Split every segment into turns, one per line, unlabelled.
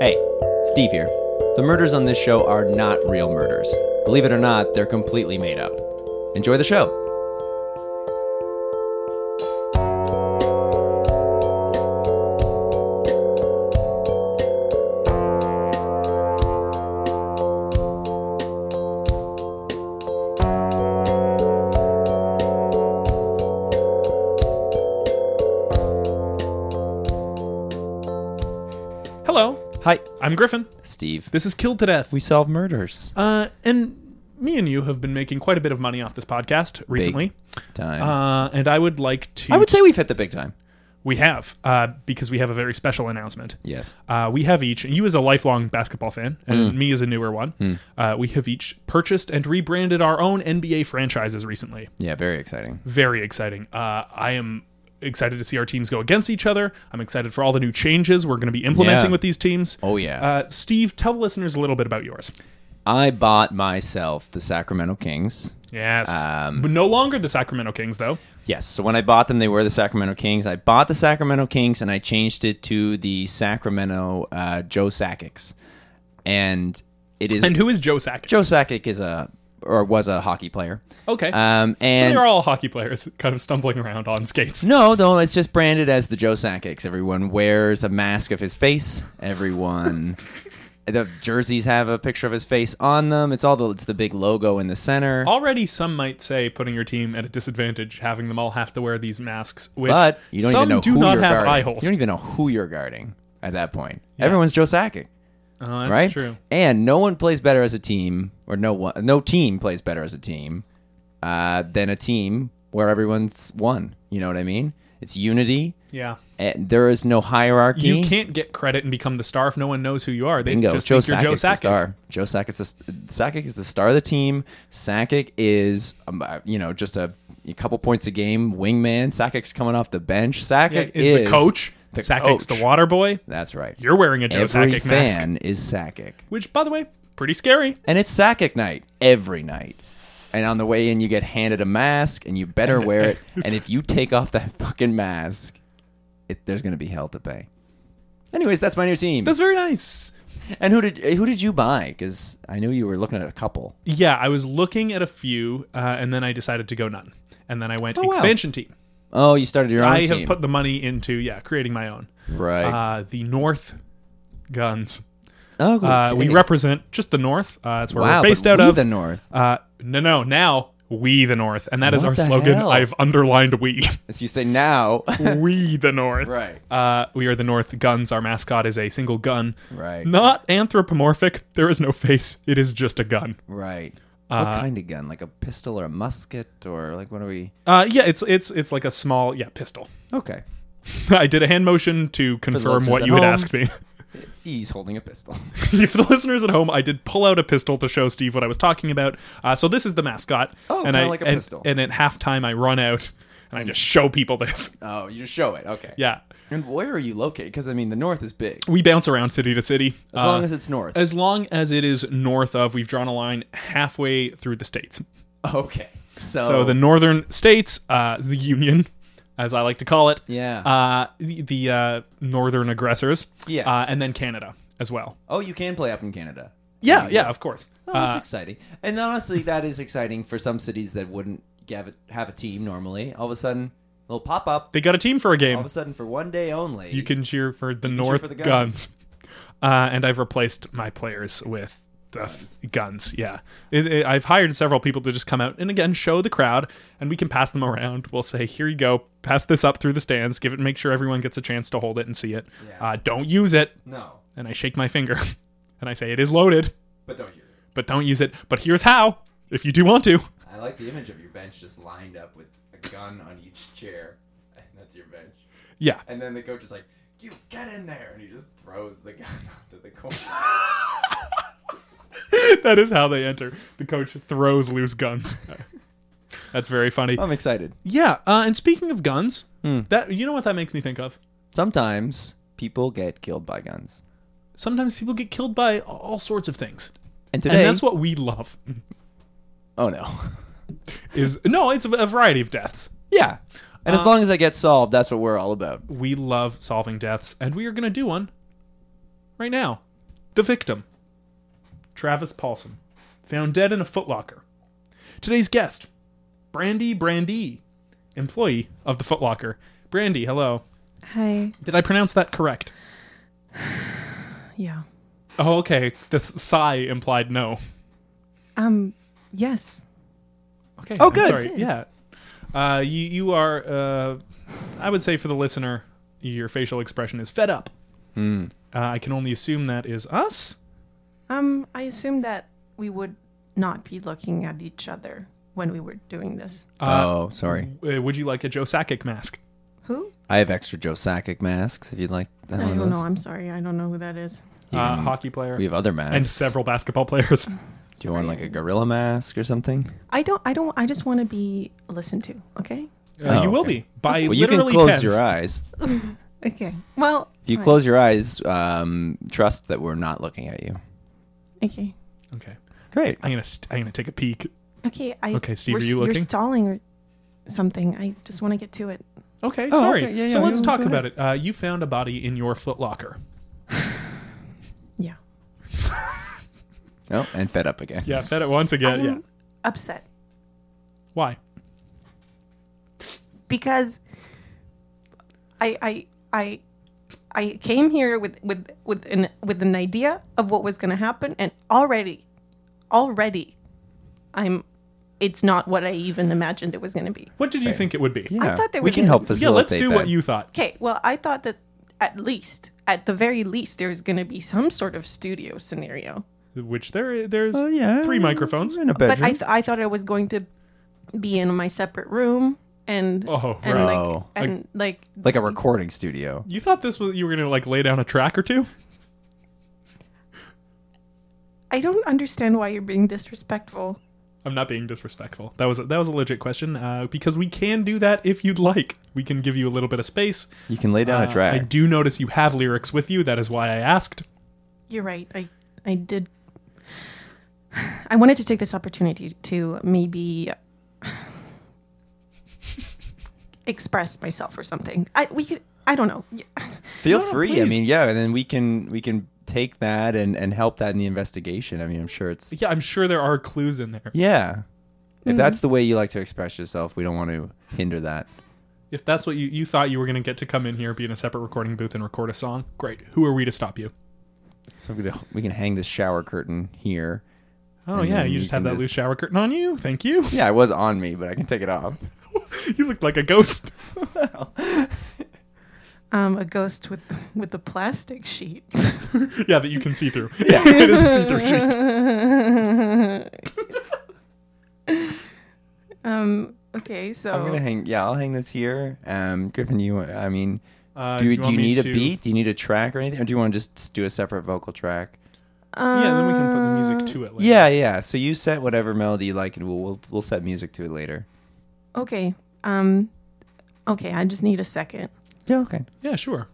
Hey, Steve here. The murders on this show are not real murders. Believe it or not, they're completely made up. Enjoy the show.
Hello,
Hi,
I'm Griffin.
Steve.
This is Killed to Death.
We solve murders.
Uh, and me and you have been making quite a bit of money off this podcast recently.
Time.
Uh, and I would like to.
I would say we've hit the big time.
we have uh, because we have a very special announcement.
Yes.
Uh, we have each, and you as a lifelong basketball fan,
Mm.
and me as a newer one, uh, we have each purchased and rebranded our own NBA franchises recently.
Yeah, very exciting.
Very exciting. Uh, I am excited to see our teams go against each other. I'm excited for all the new changes we're going to be implementing
Yeah.
with these teams.
Oh, yeah.
Uh, Steve, tell the listeners a little bit about yours.
I bought myself the Sacramento Kings.
Yes.
Um,
But no longer the Sacramento Kings, though.
Yes. So when I bought them, they were the Sacramento Kings. I bought the Sacramento Kings and I changed it to the Sacramento uh, Joe Sackics. And it is
And who is Joe Sakic?
Joe Sakic is a or was a hockey player.
Okay.
Um, and
so they're all hockey players, kind of stumbling around on skates.
no, though it's just branded as the Joe Sakics. Everyone wears a mask of his face. Everyone. The jerseys have a picture of his face on them. It's all the it's the big logo in the center.
Already, some might say putting your team at a disadvantage, having them all have to wear these masks. Which
But you don't
some
even know
do
who
not
you're
have
guarding.
eye holes.
You don't even know who you're guarding at that point. Everyone's Joe Sakic,
oh, that's
right?
true.
And no one plays better as a team, or no one, no team plays better as a team uh, than a team where everyone's one. You know what I mean? It's unity.
Yeah.
And there is no hierarchy.
You can't get credit and become the star if no one knows who you are. They
Bingo.
just
Joe
think you're
Sakic's
Joe
the
Sakic.
star. Joe Sakic is the Sakic is the star of the team. Sakic is um, uh, you know just a, a couple points a game wingman. Sakic's coming off the bench. Sakic
Yeah, is, the coach.
The
Sakic's
coach.
the water boy.
That's right.
You're wearing a Joe
Every
Sakic mask.
fan is Sakic,
Which, by the way, pretty scary.
and it's Sakic night every night. And on the way in, you get handed a mask, and you better wear it. And if you take off that fucking mask, it, there's going to be hell to pay. Anyways, that's my new team.
That's very nice.
And who did who did you buy? Because I knew you were looking at a couple.
Yeah, I was looking at a few, uh, and then I decided to go none. And then I went
Oh, wow.
expansion team.
Oh, you started your own
I
team,
have put the money into yeah creating my own.
right?
Uh, the North Guns.
oh,
Uh, we
okay.
represent just the North. Uh, that's where
wow,
we're based
but
out
we
of.
the North.
uh, no, no, now we the North, and that is
What
our
the
slogan.
hell?
I've underlined we.
As you say now,
we the North.
Right.
Uh, we are the North Guns. Our mascot is a single gun.
Right.
Not anthropomorphic. There is no face. It is just a gun.
right?
Uh,
what kind of gun? Like a pistol or a musket or like what are we?
Uh, yeah, it's it's it's like a small yeah pistol.
Okay,
I did a hand motion to confirm
listeners
what
at
you had
home.
asked me.
he's holding a pistol.
for the listeners at home, I did pull out a pistol to show Steve what I was talking about. Uh, so this is the mascot.
Oh,
and
kinda
I,
like a
and,
pistol.
And at halftime, I run out and I just show people this.
oh, you just show it. Okay.
Yeah,
And where are you located? Because I mean, the North is big.
we bounce around city to city. Uh,
As long as it's North.
as long as it is north of, we've drawn a line halfway through the states.
okay. So,
So the northern states, uh, the Union, as I like to call it.
Yeah.
Uh, the the uh, northern aggressors.
Yeah.
Uh, and then Canada as well.
oh, you can play up in Canada.
Yeah, yeah, of course.
Oh,
Uh,
that's exciting. And honestly, that is exciting for some cities that wouldn't have a, have a team normally. All of a sudden, little pop up.
they got a team for a game.
All of a sudden, for one day only.
You can cheer for the North
for the guns.
guns. Uh, and I've replaced my players with the guns. guns yeah. It, it- I've hired several people to just come out and again show the crowd, and we can pass them around. We'll say, "Here you go. Pass this up through the stands. Give it. Make sure everyone gets a chance to hold it and see it.
Yeah.
Uh, don't use it."
no,
And I shake my finger, and I say, "It is loaded,
but don't use it.
but don't use it. But here's how. If you do want to."
I like the image of your bench just lined up with a gun on each chair, and that's your bench.
Yeah.
And then the coach is like, "You get in there," and he just throws the gun onto the corner.
that is how they enter. The coach throws loose guns. That's very funny.
I'm excited.
Yeah, uh, and speaking of guns, that you know what that makes me think of.
Sometimes people get killed by guns,
Sometimes people get killed by all sorts of things,
and
and
today,
that's what we love.
oh no,
Is no, it's a a variety of deaths.
yeah. And
Uh,
as long as they get solved, that's what we're all about.
We love solving deaths, and we are going to do one right now. The victim, Travis Paulson, found dead in a footlocker. Today's guest, Brandy Brandy, employee of the Footlocker. Brandy, hello.
Hi.
Did I pronounce that correct?
Yeah.
Oh, okay. The s- sigh implied no.
Um. Yes.
Okay.
Oh,
I'm
good,
Sorry.
good.
Yeah. Uh, you you are. Uh, I would say for the listener, your facial expression is fed up.
Hmm.
Uh, I can only assume that is us.
Um. I assumed that we would not be looking at each other when we were doing this.
Uh,
oh, sorry.
uh, Would you like a Joe Sakic mask?
Who?
I have extra Joe Sakic masks if you'd like.
I don't know. I'm sorry. I don't know who that is.
Uh, hockey player
We have other masks.
and several basketball players. Uh,
Do you want like a gorilla mask or something?
I don't. I don't. I just want to be listened to. Okay.
Uh,
Oh,
you will
okay.
be by
Well, you can
literally
close
tens.
your eyes.
Okay. Well.
If you
all right.
close your eyes, um, trust that we're not looking at you.
Okay.
Okay.
Great.
I'm gonna st- I'm gonna take a peek.
Okay. I.
Okay, Steve,
we're
are you
s-
looking?
You're stalling or something. I just want to get to it.
Okay.
Oh,
sorry.
okay. Yeah,
so
yeah,
let's
yeah,
talk
go
about it. Uh, you found a body in your footlocker.
Yeah.
Oh, and fed up again.
Yeah, fed it once again.
I'm
Uh, Yeah.
Upset
Why?
because I I I I came here with with with an with an idea of what was going to happen, and already, already, I'm. It's not what I even imagined it was going to be.
What did you think it would be?
Yeah.
thought they
we
were
can
gonna-
help
Yeah,
facilitate.
let's do what
that.
you thought.
Okay, well, I thought that at least, at the very least, there's going to be some sort of studio scenario.
Which there there's
Oh, yeah.
three microphones.
in a
But
bedroom.
I th- I thought I was going to be in my separate room and
Oh,
and
right.
Oh.
like and like
like a recording studio.
You thought this was you were gonna like lay down a track or two?
I don't understand why you're being disrespectful.
I'm not being disrespectful. That was a, that was a legit question uh, because we can do that if you'd like. We can give you a little bit of space.
You can lay down
Uh,
a
I
track.
do notice you have lyrics with you. That is why I asked.
You're right. I I did. I wanted to take this opportunity to maybe express myself or something. I we could. I don't know.
Feel
No, no,
free. I
please.
mean, yeah, and then we can we can take that and and help that in the investigation. I mean, I'm sure it's
Yeah, I'm sure there are clues in there.
yeah. If that's the way you like to express yourself, we don't want to hinder that.
If that's what you you thought you were gonna get to come in here, be in a separate recording booth and record a song, great. Who are we to stop you?
So we, could- we can hang this shower curtain here.
Oh
And
yeah,
then
you
you
just have
can
that
just-
loose shower curtain on you. Thank you.
Yeah, it was on me, but I can take it off.
you look like a ghost.
Um, a ghost with with a plastic sheet.
yeah, that you can see through. Yeah, it is a see-through sheet.
um. Okay. So.
I'm gonna hang. Yeah, I'll hang this here. Um, Griffin, you. I mean,
Uh,
do you,
want
do you
me
need a
to-
beat? Do you need a track or anything, or do you want to just do a separate vocal track?
Yeah, then we can put the music to it. Later.
Yeah, yeah. So you set whatever melody you like, and we'll we'll, we'll set music to it later.
Okay. Um. Okay. I just need a second.
Yeah. Okay.
yeah, sure.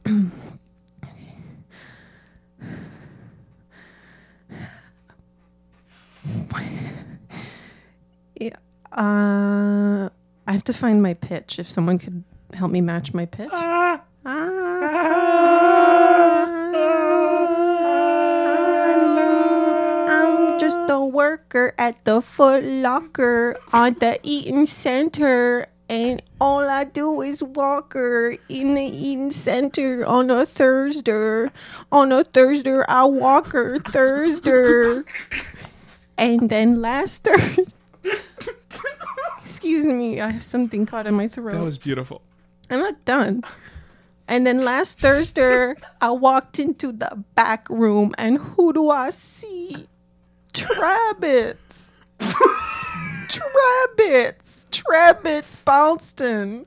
Uh, I have to find my pitch. If someone could help me match my pitch. I'm just a worker at the Foot Locker on the Eaton Center, and all I do is walker in the Eaton Center on a Thursday. On a Thursday, I walker Thursday, and then last Thursday. Excuse me, I have something caught in my throat.
That was beautiful.
I'm not done. And then last Thursday, I walked into the back room, and who do I see? Trabbits. Trabbits. Trabbits Ballston.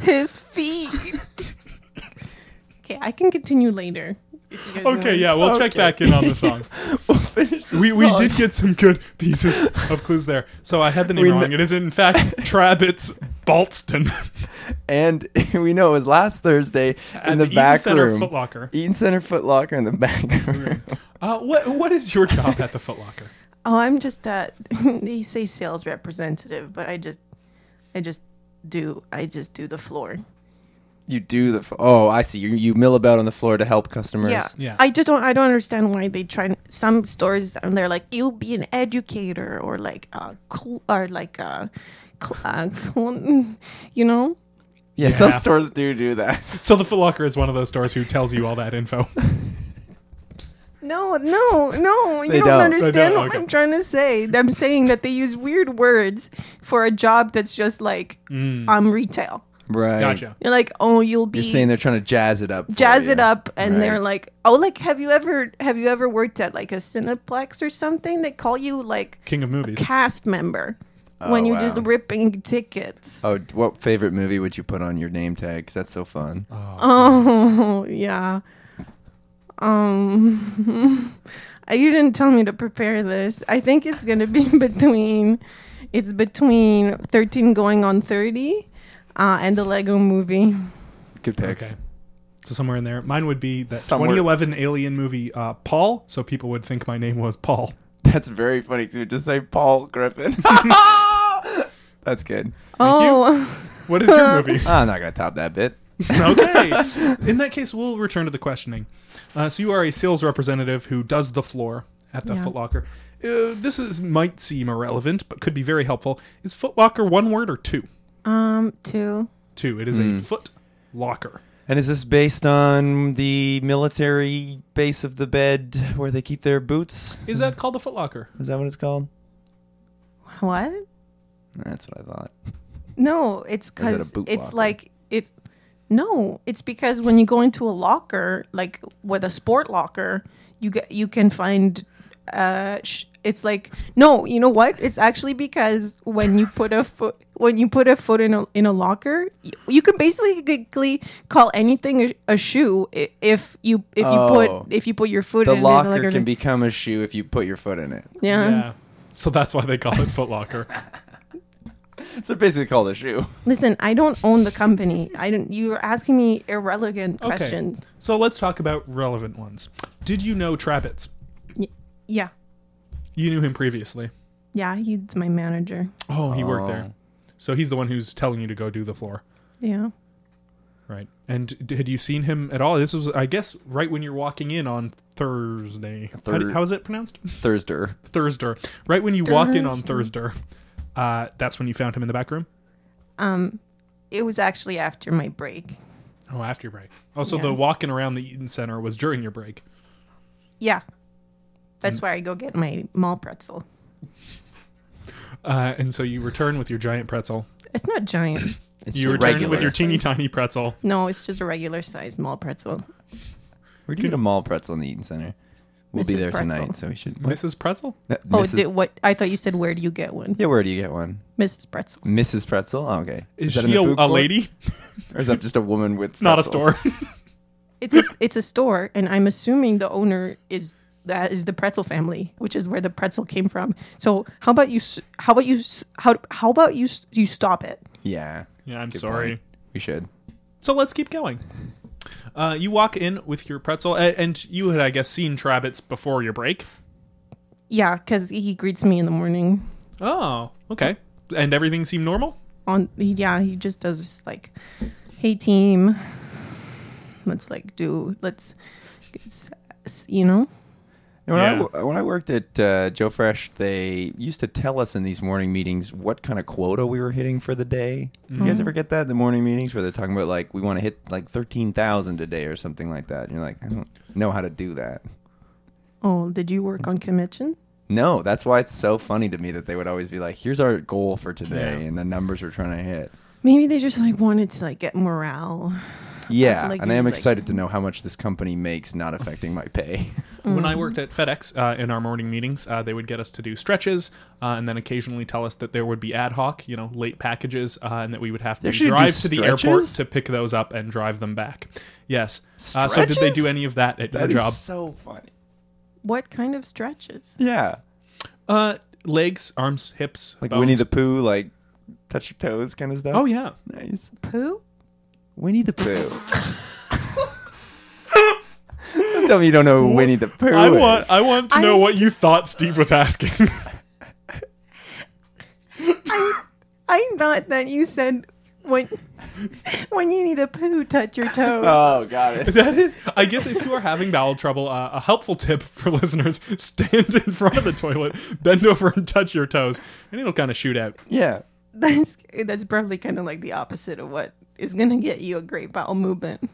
His feet. Okay, I can continue later. if you guys want.
Okay, yeah, we'll check
Okay.
back in on the song.
We'll finish the
We we
song.
did get some good pieces of clues there. So I had the name
We
wrong.
kn-
it is in fact Trabbits Balston
and we know it was last Thursday in
at
the,
Eaton
back
Center
room.
Footlocker.
Eaton Center Foot Locker in the back room.
Uh, what what is your job at the Footlocker?
Oh, I'm just uh they say sales representative, but I just I just do I just do the floor.
You do the. F- oh, I see. You you mill about on the floor to help customers.
Yeah.
Yeah.
I just don't. I don't understand why they try. and- Some stores and they're like, "You'll be an educator," or like, uh, cl- or like, uh, cl- uh, cl- you know.
Yeah, Some
Yeah.
stores do do that.
So the Foot Locker is one of those stores who tells you all that info.
No, no, no.
They
you don't,
don't. They
understand
don't,
what
okay.
I'm trying to say. I'm saying that they use weird words for a job that's just like um retail.
Right.
Gotcha.
You're like, oh, you'll be
Mm. You're saying they're trying to jazz it up. for
jazz
you.
it up, and
Right.
they're like, oh, like have you ever have you ever worked at like a Cineplex or something? They call you like
King of movies.
cast member when you're
wow.
just ripping tickets.
Oh, d- what favorite movie would you put on your name tag? 'Cause that's so fun.
Oh yeah. Um, you didn't tell me to prepare this. I think it's gonna be between, it's between thirteen going on thirty, uh, and the Lego Movie.
Good picks.
Okay. So somewhere in there, mine would be that
Somewhere-
2011 Alien movie uh, Paul. So people would think my name was Paul.
That's very funny because you would just say Paul Griffin. That's good.
oh,
What is your movie?
I'm not gonna top that bit.
okay. In that case, we'll return to the questioning. Uh, so you are a sales representative who does the floor at the
Yeah.
Foot Locker. Uh, this is might seem irrelevant, but could be very helpful. Is Foot Locker one word or two?
um, two.
Two. It is a Foot Locker.
And is this based on the military base of the bed where they keep their boots?
Is that called the Foot Locker?
Is that what it's called?
What?
That's what I thought.
No, it's
it a
because
boot
it's
locker?
like it's. No, it's because when you go into a locker, like with a sport locker, you get you can find. Uh, sh- it's like no, you know what? It's actually because when you put a foot when you put a foot in a in a locker, you, you can basically call anything a, a shoe i- if you if you
Oh.
put if you put your foot
The
in it,
locker
like, or-
can become a shoe if you put your foot in it.
yeah.
Yeah. So that's why they call it Foot Locker.
It's basically called a shoe.
Listen, I don't own the company. I don't. You're asking me irrelevant questions.
So let's talk about relevant ones. Did you know Trabbits?
Yeah.
You knew him previously.
Yeah, he's my manager.
Oh, he worked
Oh.
there. So he's the one who's telling you to go do the floor.
Yeah.
Right. And d- had you seen him at all? This was, I guess, right when you're walking in on Thursday. How, do-
Thur-
how is it pronounced?
Thursday.
Thursday. Right when you walk in on Thursday, uh, that's when you found him in the back room.
Um, it was actually after my break.
Oh, after your break. Oh, so
Yeah.
the walking around the Eaton Center was during your break.
Yeah. That's where I go get my mall pretzel.
Uh, and so you return with your giant pretzel.
It's not giant.
It's
You
the
return
regular.
with your teeny tiny pretzel.
No, it's just a regular size mall pretzel.
Where do you get a mall pretzel in the Eaton Center? We'll be
Mrs.
there
Pretzel.
tonight, so we should. What?
Mrs. Pretzel?
Uh,
Oh,
Mrs.
did, what? I thought you said where do you get one?
yeah, where do you get one?
Mrs. Pretzel.
Mrs. Pretzel? Oh, okay.
Is,
that in
she
the
a,
food
a
court?
lady?
Or is that just a woman with
It's not a
pretzels?
store.
It's a, it's a store, and I'm assuming the owner is that is the pretzel family, which is where the pretzel came from. So how about you? s- How about you? s- How how about you? s- You stop it.
Yeah.
yeah, I'm
Good
sorry.
point. We should.
So let's keep going. Uh, you walk in with your pretzel, a- and you had, I guess, seen Trabbits before your break.
Yeah, because he greets me in the morning.
Oh, okay. And everything seemed normal?
on yeah he just does this, like hey team let's like do let's it's, you know
And when, I
Yeah.
wo- when I worked at uh, Joe Fresh, they used to tell us in these morning meetings what kind of quota we were hitting for the day. You
Mm-hmm.
guys ever get that in the morning meetings where they're talking about like we want to hit like thirteen thousand a day or something like that? And you're like, I don't know how to do that.
oh did you work on commission
No, that's why it's so funny to me that they would always be like, "Here's our goal for today,"
Yeah.
and the numbers we're trying to hit.
maybe they just like wanted to like get morale
Yeah,
like
and
you
I am
just, like-
excited to know how much this company makes, not affecting my pay.
When
Mm.
I worked at FedEx uh, in our morning meetings, uh, they would get us to do stretches uh, and then occasionally tell us that there would be ad hoc, you know, late packages, uh, and that we would have to
They actually do
drive to the airport
stretches?
to pick those up and drive them back. Yes. Uh, so did they
Stretches?
do any of that at
That
your
is
job?
so funny.
what kind of stretches
Yeah,
Uh, legs, arms, hips,
like
bones.
Winnie the Pooh, like touch your toes kind of stuff.
Oh, yeah.
nice.
poo
Winnie the Pooh. Don't tell me you don't know who Winnie the Pooh
I
is.
want I want to
I
know
was-
what you thought Steve was asking.
i thought that you said when when you need a poo, touch your toes.
Oh, got it.
That is, I guess, if you are having bowel trouble, uh, a helpful tip for listeners: stand in front of the toilet, bend over, and touch your toes, and it'll kind of shoot out.
Yeah.
That's that's probably kind of like the opposite of what is gonna get you a great bowel movement.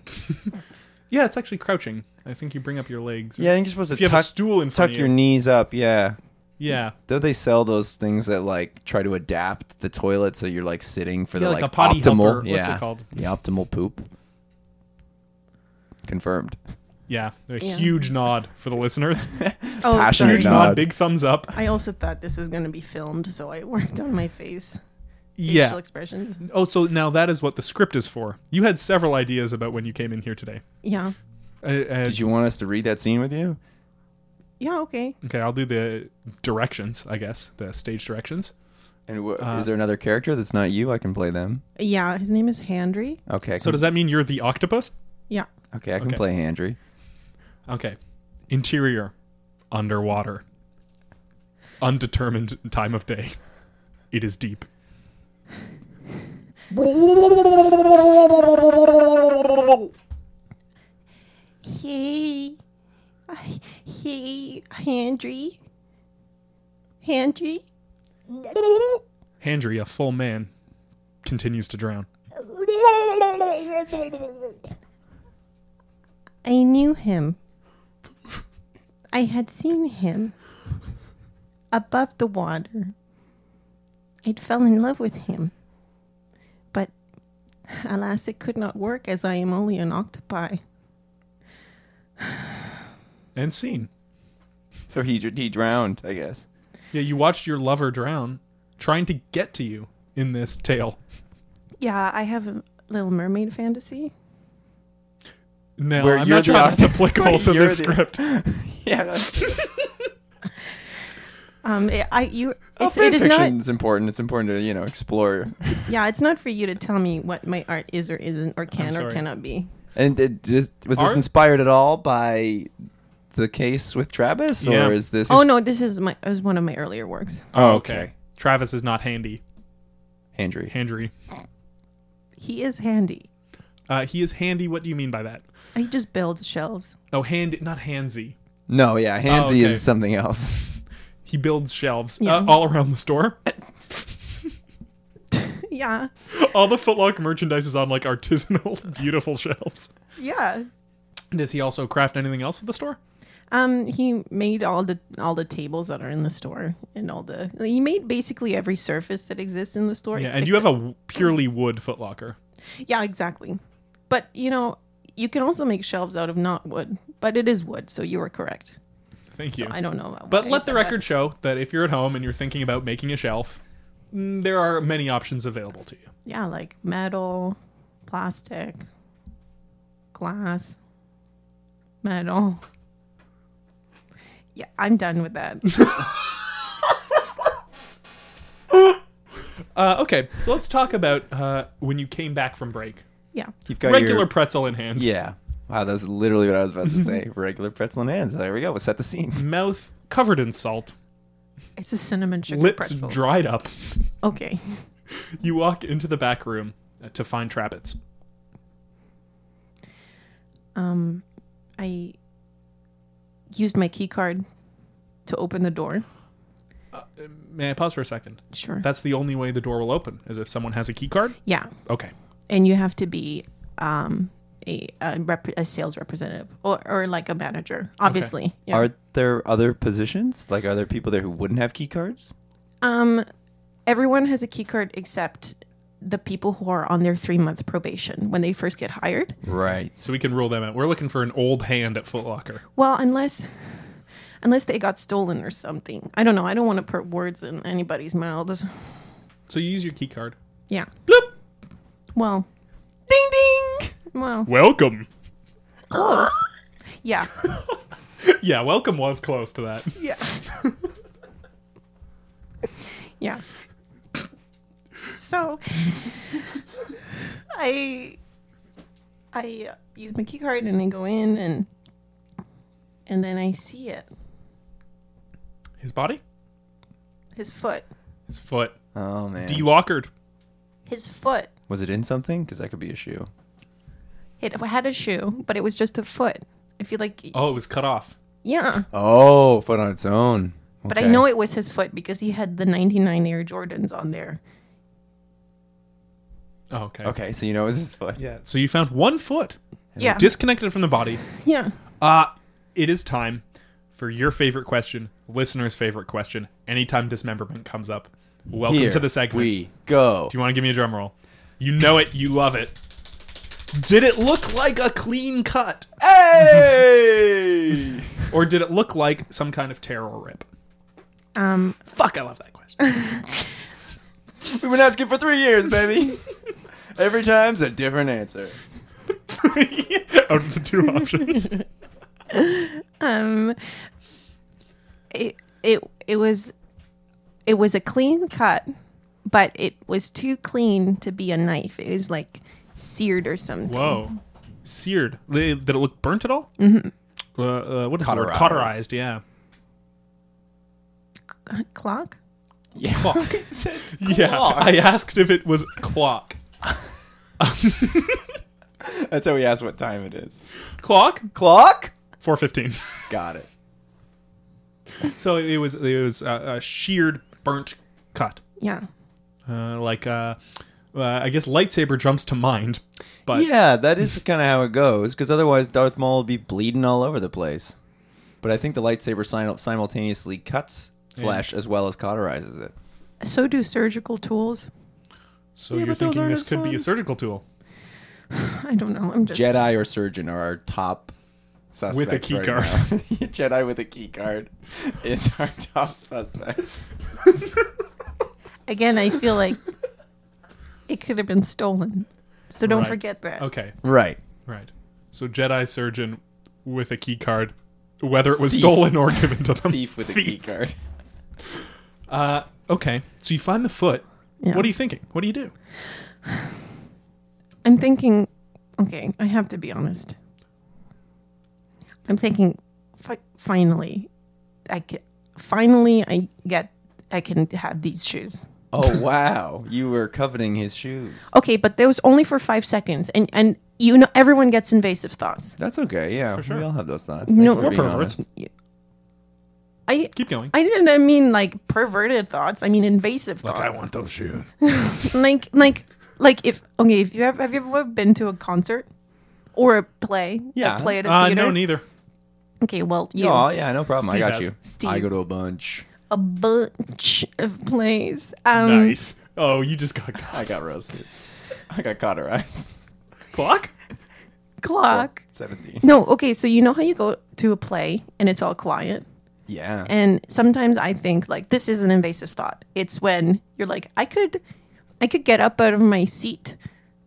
Yeah, it's actually crouching. I think you bring up your legs.
Yeah, I think you're supposed to
If you have
tuck,
a stool in front
tuck
of
your
you.
knees up. Yeah.
Yeah.
Don't they sell those things that like try to adapt the toilet so you're like sitting for
Yeah,
the
like
like,
a potty
optimal?
helper. What's it
yeah.
called?
The optimal poop. Confirmed.
Yeah. A
Yeah.
huge nod for the listeners.
Oh,
Passionate
huge
Nod.
nod, big thumbs up.
I also thought this is gonna be filmed, so I worked on my face facial
Yeah.
expressions.
Oh, so now that is what the script is for. You had several ideas about when you came in here today.
Yeah,
Uh, uh,
Did you want us to read that scene with you?
yeah, okay.
okay, I'll do the directions, I guess, the stage directions.
And w-
Uh,
is there another character that's not you? I can play them.
Yeah, his name is Handry.
Okay. I
So
can-
does that mean you're the octopus?
Yeah,
okay, I can
okay.
play Handry.
Okay. Interior, underwater. Undetermined time of day. It is deep.
hey, I- hey, Handry, Handry.
Handry, a full man, continues to drown.
I knew him. I had seen him above the water. I'd fell in love with him. But alas, it could not work as I am only an octopi.
And scene.
So he dr- he drowned, I guess.
Yeah, you watched your lover drown, trying to get to you in this tale.
Yeah, I have a little mermaid fantasy.
No,
Where
I'm
you're
not sure
the
that's
octopus.
applicable to
You're
this
the-
script.
Yeah. That's,
Um, it, I you it's,
fan
it is not
fiction's important. It's important to you know explore.
yeah, it's not for you to tell me what my art is or isn't or can or
sorry.
cannot be.
And it just, was
Art?
this inspired at all by the case with Travis,
Yeah.
or is this?
Oh no, this is my is one of my earlier works.
Oh,
Travis is not handy.
Handry.
Handry.
He is handy.
Uh, he is handy. What do you mean by that?
He just builds shelves.
Oh, hand, not handsy.
No, yeah, Hansy
Oh, okay.
is something else.
He builds shelves uh,
Yeah.
all around the store.
Yeah.
all the Footlock merchandise is on like artisanal, beautiful shelves.
Yeah.
Does he also craft anything else for the store?
Um, he made all the all the tables that are in the store and all the he made basically every surface that exists in the store.
Yeah, and you have a w- purely wood Footlocker.
yeah, exactly. But you know, you can also make shelves out of not wood, but it is wood, so you were correct.
Thank you.
I don't know. why
But
I
let the
said that.
record show that if you're at home and you're thinking about making a shelf, mm, there are many options available to you.
Yeah, like metal, plastic, glass, metal. Yeah, I'm done with that.
Uh, okay, so let's talk about uh, when you came back from break.
yeah.
You've got
Regular
Your,
pretzel in hand.
yeah. Wow, that's literally what I was about to say. Regular pretzel and hands. There we go. We'll set the scene.
Mouth covered in salt,
It's a cinnamon sugar
lips
pretzel.
dried up.
okay.
You walk into the back room uh, to find Trabbits.
Um, I used my key card to open the door.
May I pause for a second?
Sure.
That's the only way the door will open, is if someone has a key card.
yeah,
Okay.
and you have to be um, a a, rep- a sales representative or, or like a manager, obviously. Yeah.
Are there other positions? Like, are there people there who wouldn't have key cards?
um, everyone has a key card except the people who are on their three month probation when they first get hired.
Mm-hmm. Right.
So we can rule them out. We're looking for an old hand at Foot Locker.
Well, unless unless they got stolen or something. I don't know. I don't want to put words in anybody's mouths.
So you use your key card.
Yeah.
Bloop!
Well.
Ding ding.
Well.
Welcome!
Close. Yeah.
Yeah, welcome was close to that.
Yeah. yeah. So I I uh, use my key card and I go in and and then I see it.
His body?
His foot.
His foot.
Oh man.
Delockered.
His foot.
Was it in something? Because that could be a shoe.
It had a shoe, but it was just a foot. I feel like,
Oh, it was cut off.
yeah.
Oh, foot on its own.
But I know it was his foot because he had the 99 Air Jordans on there.
Oh, okay.
Okay, so you know it was his foot.
Yeah. So you found one foot
Yeah.
disconnected from the body.
yeah.
Uh it is time for your favorite question, listener's favorite question. Anytime dismemberment comes up, welcome
Here
to the segment.
We go.
Do you want to give me a drum roll? You know it. You love it. Did it look like a clean cut,
Hey!
or did it look like some kind of terror rip?
Um,
Fuck, I love that question.
We've been asking for three years, baby. Every time's a different answer.
Out of the two options,
um, it, it, it was, it was a clean cut, but it was too clean to be a knife. It was like seared or something.
whoa, seared. Li- Did it look burnt at all? Mm-hmm. Uh, uh, what is the word?
Cauterized.
Cauterized. Yeah.
Uh, Clock?
Yeah.
Clock. Yeah. I asked if it was clock.
That's how we ask what time it is.
Clock.
Clock?
Four fifteen.
Got it.
So it was it was uh, a sheared, burnt cut.
Yeah.
Uh, like uh, uh, I guess lightsaber jumps to mind, but
Yeah, that is kind of how it goes, because otherwise Darth Maul would be bleeding all over the place. But I think the lightsaber sim- simultaneously cuts flesh as well as cauterizes it.
So do surgical tools.
so
Yeah,
you're
but those
thinking
aren't
this
as
could be a
fun.
surgical tool
I don't know. I'm just
Jedi or surgeon are our top suspects
With a key
right
card.
now. Jedi with a key card is our top suspect.
again. I feel like it could have been stolen. So don't
Right.
forget that.
Okay,
Right.
right. So Jedi surgeon with a key card, whether it was stolen or given to them.
Thief with a key card.
Uh, okay, so you find the foot.
Yeah.
What are you thinking? What do you do?
I'm thinking. Okay, I have to be honest. I'm thinking. Fi- finally, I can. Finally, I get. I can have these shoes.
Oh wow, you were coveting his shoes.
Okay, but that was only for five seconds, and and you know everyone gets invasive thoughts.
That's okay. Yeah,
sure.
we all have those thoughts.
No,
Thanks for
We're
being
perverts.
honest.
I
Keep going.
I didn't mean like perverted thoughts. I mean invasive
Like,
thoughts.
I want those shoes.
like like like if okay if you have have you ever been to a concert or a play
Yeah.
a play at a
Uh,
theater
no, neither.
okay well you
Oh yeah, no problem.
Steve
I got
has-
you.
Steve.
I go to a bunch.
a bunch of plays um
nice. Oh, you just got got-
I got roasted. I got cauterized.
clock.
clock
Seventeen.
no okay so you know how you go to a play and it's all quiet
Yeah.
and sometimes i think like this is an invasive thought it's when you're like i could i could get up out of my seat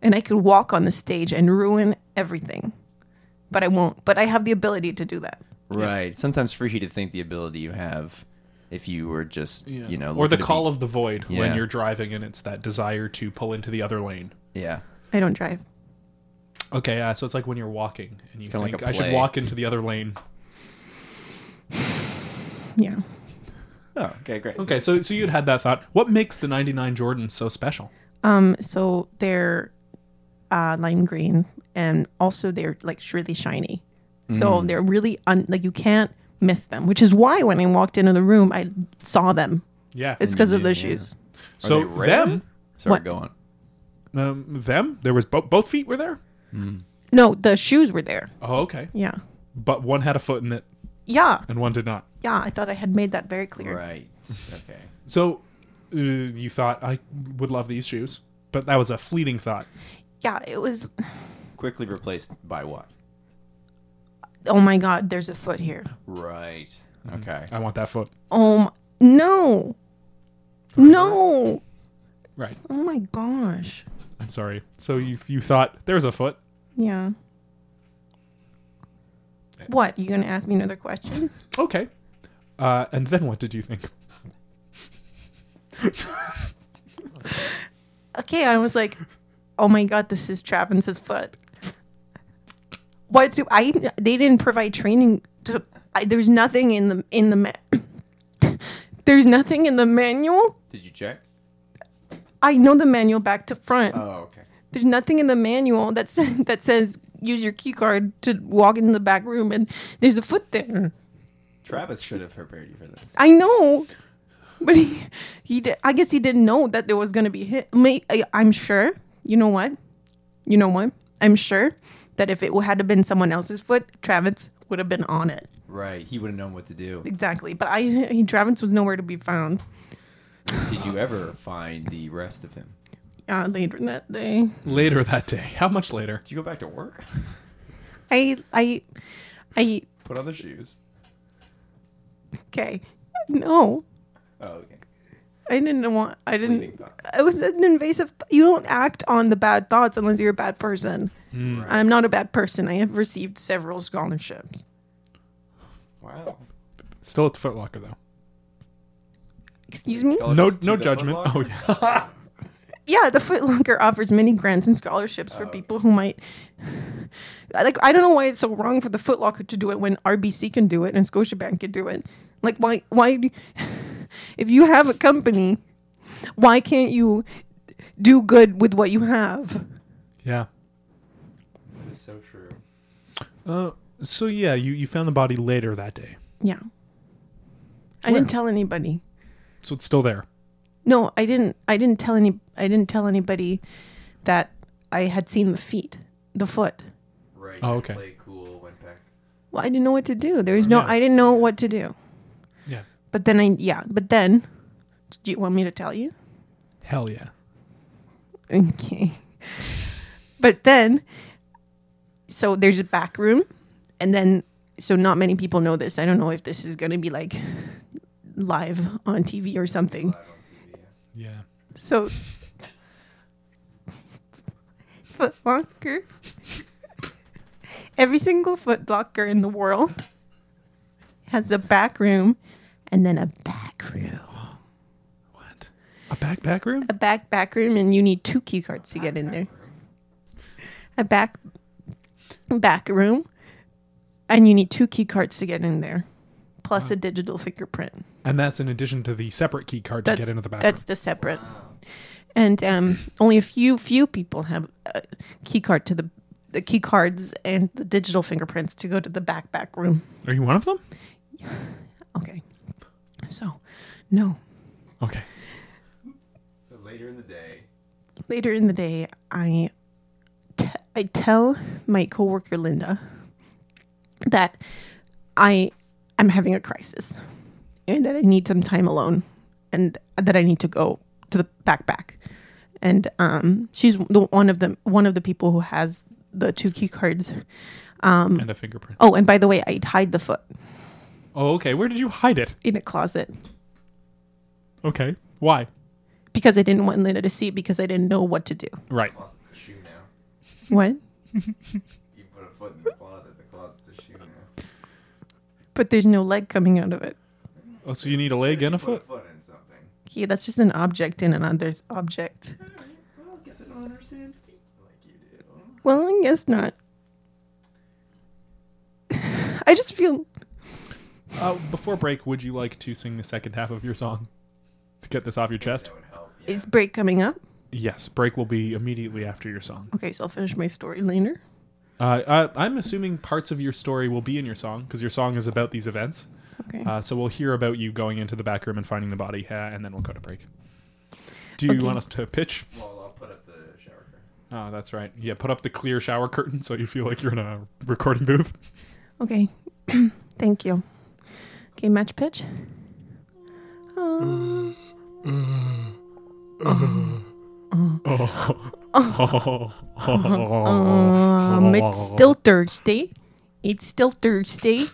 and i could walk on the stage and ruin everything but i won't but i have the ability to do that
right. Sometimes freaky to think the ability you have if you were just you know
or the
looking to
call of the void when
Yeah.
you're driving, and it's that desire to pull into the other lane.
Be, yeah.
i don't drive
Okay, uh, so it's like when you're walking and you
kinda like
think
a
I
play.
should walk into the other lane.
yeah
Oh, okay, great.
Okay, so so you'd had that thought. What makes the '99 Jordans so special?
Um, so they're uh, lime green, and also they're like really shiny. So they're really un- like you can't miss them, which is why when I walked into the room, I saw them.
Yeah,
It's because of
knew,
the
yeah.
shoes.
so
Are they rare?
them,
Sorry,
What?
go on.
um, them. There was both both feet were there.
No, the shoes were there.
Oh, okay,
Yeah,
but one had a foot in it
yeah,
and one did not.
yeah. I thought I had made that very clear.
Right. Okay.
So uh, you thought I would love these shoes, but that was a fleeting thought.
Yeah, it was.
Quickly replaced by what?
Oh my God, there's a foot here.
Right. Okay.
I want that foot.
Oh my, no, no.
Right.
Oh my gosh.
I'm sorry. So you you thought there's a foot.
Yeah. What? You gonna ask me another question?
Okay. Uh, and then what did you think?
okay, I was like, oh my god, this is Travis's foot. What do I? They didn't provide training to. I, there's nothing in the in the. ma- there's nothing in the manual.
Did you check?
I know the manual back to front.
Oh, okay.
There's nothing in the manual that says that says use your key card to walk in the back room, and there's a foot there.
Travis should have prepared you for this.
I know, but he, he di- I guess he didn't know that there was gonna be hit. May, I, I'm sure. You know what? You know what? I'm sure that if it had been someone else's foot, Travis would have been on it.
Right. He would have known what to do.
Exactly. But I, he, Travis was nowhere to be found
Did you ever find the rest of him?
uh, later that day.
Later that day. How much later?
Did you go back to work?
I, I, I.
Put on the shoes.
Okay. No,
Oh, okay.
I didn't want. I
Leading
didn't.
thought.
It was an invasive. Th- you don't act on the bad thoughts unless you're a bad person. I'm not a bad person. I have received several scholarships.
Wow.
Still at the Footlocker though.
Excuse me.
No,
Oh, To
no
the
judgment.
Foot
Oh
Locker?
yeah.
Yeah, the Foot Locker offers many grants and scholarships for people who might. Like, I don't know why it's so wrong for the Foot Locker to do it when RBC can do it and Scotiabank can do it. Like, why? Why? Do, if you have a company, why can't you do good with what you have?
Yeah.
That is so true.
Uh, so yeah, you, you found the body later that day.
Yeah. I
Well-
didn't tell anybody.
So it's still there.
No, I didn't. I didn't tell any. I didn't tell anybody that I had seen the feet, the foot.
Right.
Oh, okay. play
cool, went back.
Well, I didn't know what to do. There was no.
Yeah.
I didn't know what to do.
Yeah.
But then I. Yeah. But then, do you want me to tell you?
Hell yeah.
Okay. but then, so there's a back room, and then so not many people know this. I don't know if this is going to be like live on TV or something.
Yeah.
So, foot locker. Every single foot locker in the world has a back room and then a back room.
What? A back back room?
A back back room, and you need two key cards to get in there. A back back room, and you need two key cards to get in there, plus a digital fingerprint.
And that's in addition to the separate key card to
That's
get into the back
that's
room.
the separate. And um, only a few few people have a key card to the the key cards and the digital fingerprints to go to the back back room.
Are you one of them?
Okay, so no.
Okay.
Later in the day.
Later in the day, I t- I tell my coworker Linda that I am having a crisis and that I need some time alone and that I need to go to the back back. And um, she's the, one of the one of the people who has the two key cards.
and a fingerprint.
Oh, and by the way, I hide the foot
Oh, okay. Where did you hide it?
in a closet
Okay. Why?
because I didn't want Linda to see it because I didn't know what to do.
Right.
Closet's a shoe now.
What?
You put a foot in the closet, the closet's a shoe now.
But there's no leg coming out of it.
Oh, so you need a leg and a foot?
foot in something.
Yeah, that's just an object in another object.
Well, I guess I don't understand feet like you do.
Well, I guess not. I just feel
Uh, before break, would you like to sing the second half of your song to get this off your chest?
Would help. Yeah.
is break coming up.
Yes. Break will be immediately after your song.
Okay, so I'll finish my story later.
Uh, I, I'm assuming parts of your story will be in your song because your song is about these events.
Okay.
Uh, so we'll hear about you going into the back room and finding the body, uh, and then we'll go to break. Do you
Okay.
want us to pitch?
Well, I'll put up the shower curtain.
Oh, that's right. Yeah, put up the clear shower curtain so you feel like you're in a recording booth.
Okay. Thank you. Okay, match pitch. Oh, um, it's still Thursday. It's still Thursday.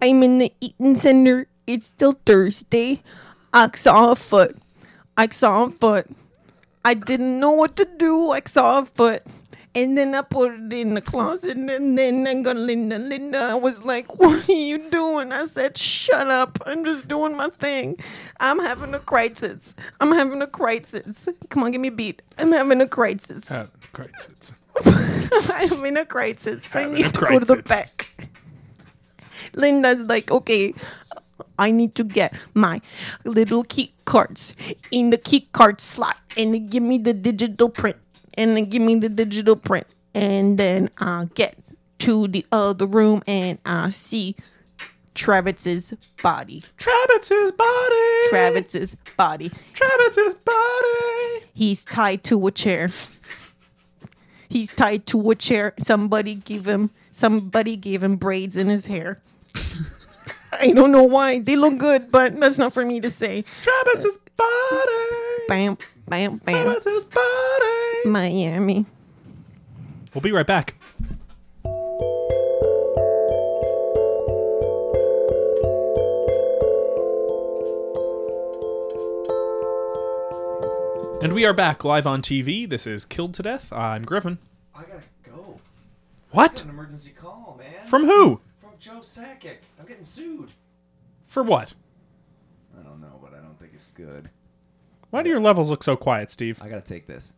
I'm in the Eaton Center. It's still Thursday. I saw a foot. I saw a foot. I didn't know what to do. I saw a foot. And then I put it in the closet. And then I got Linda. Linda I was like, What are you doing? I said, Shut up. I'm just doing my thing. I'm having a crisis. I'm having a crisis. Come on, give me a beat. I'm having a crisis.
Uh, crisis.
I'm in a crisis. I
Having a
need to go to
crisis.
the back. Linda's like, okay, I need to get my little key cards in the key card slot and give me the digital print. and then give me the digital print. And then I'll get to the other room and I'll see Travis's body.
Travis's body.
Travis's body.
Travis's body.
He's tied to a chair. He's tied to a chair. Somebody give him somebody gave him braids in his hair. I don't know why. They look good, but that's not for me to say. Uh,
Travis's body.
Bam, bam, bam.
Travis's body.
Miami.
We'll be right back. And we are back live on TV. This is Killed to Death. I'm Griffin.
I gotta go.
What?
emergency call, man.
From who?
from Joe Sakic. I'm getting sued.
For what?
I don't know, but I don't think it's good.
Why do your levels look so quiet, Steve?
I gotta take this.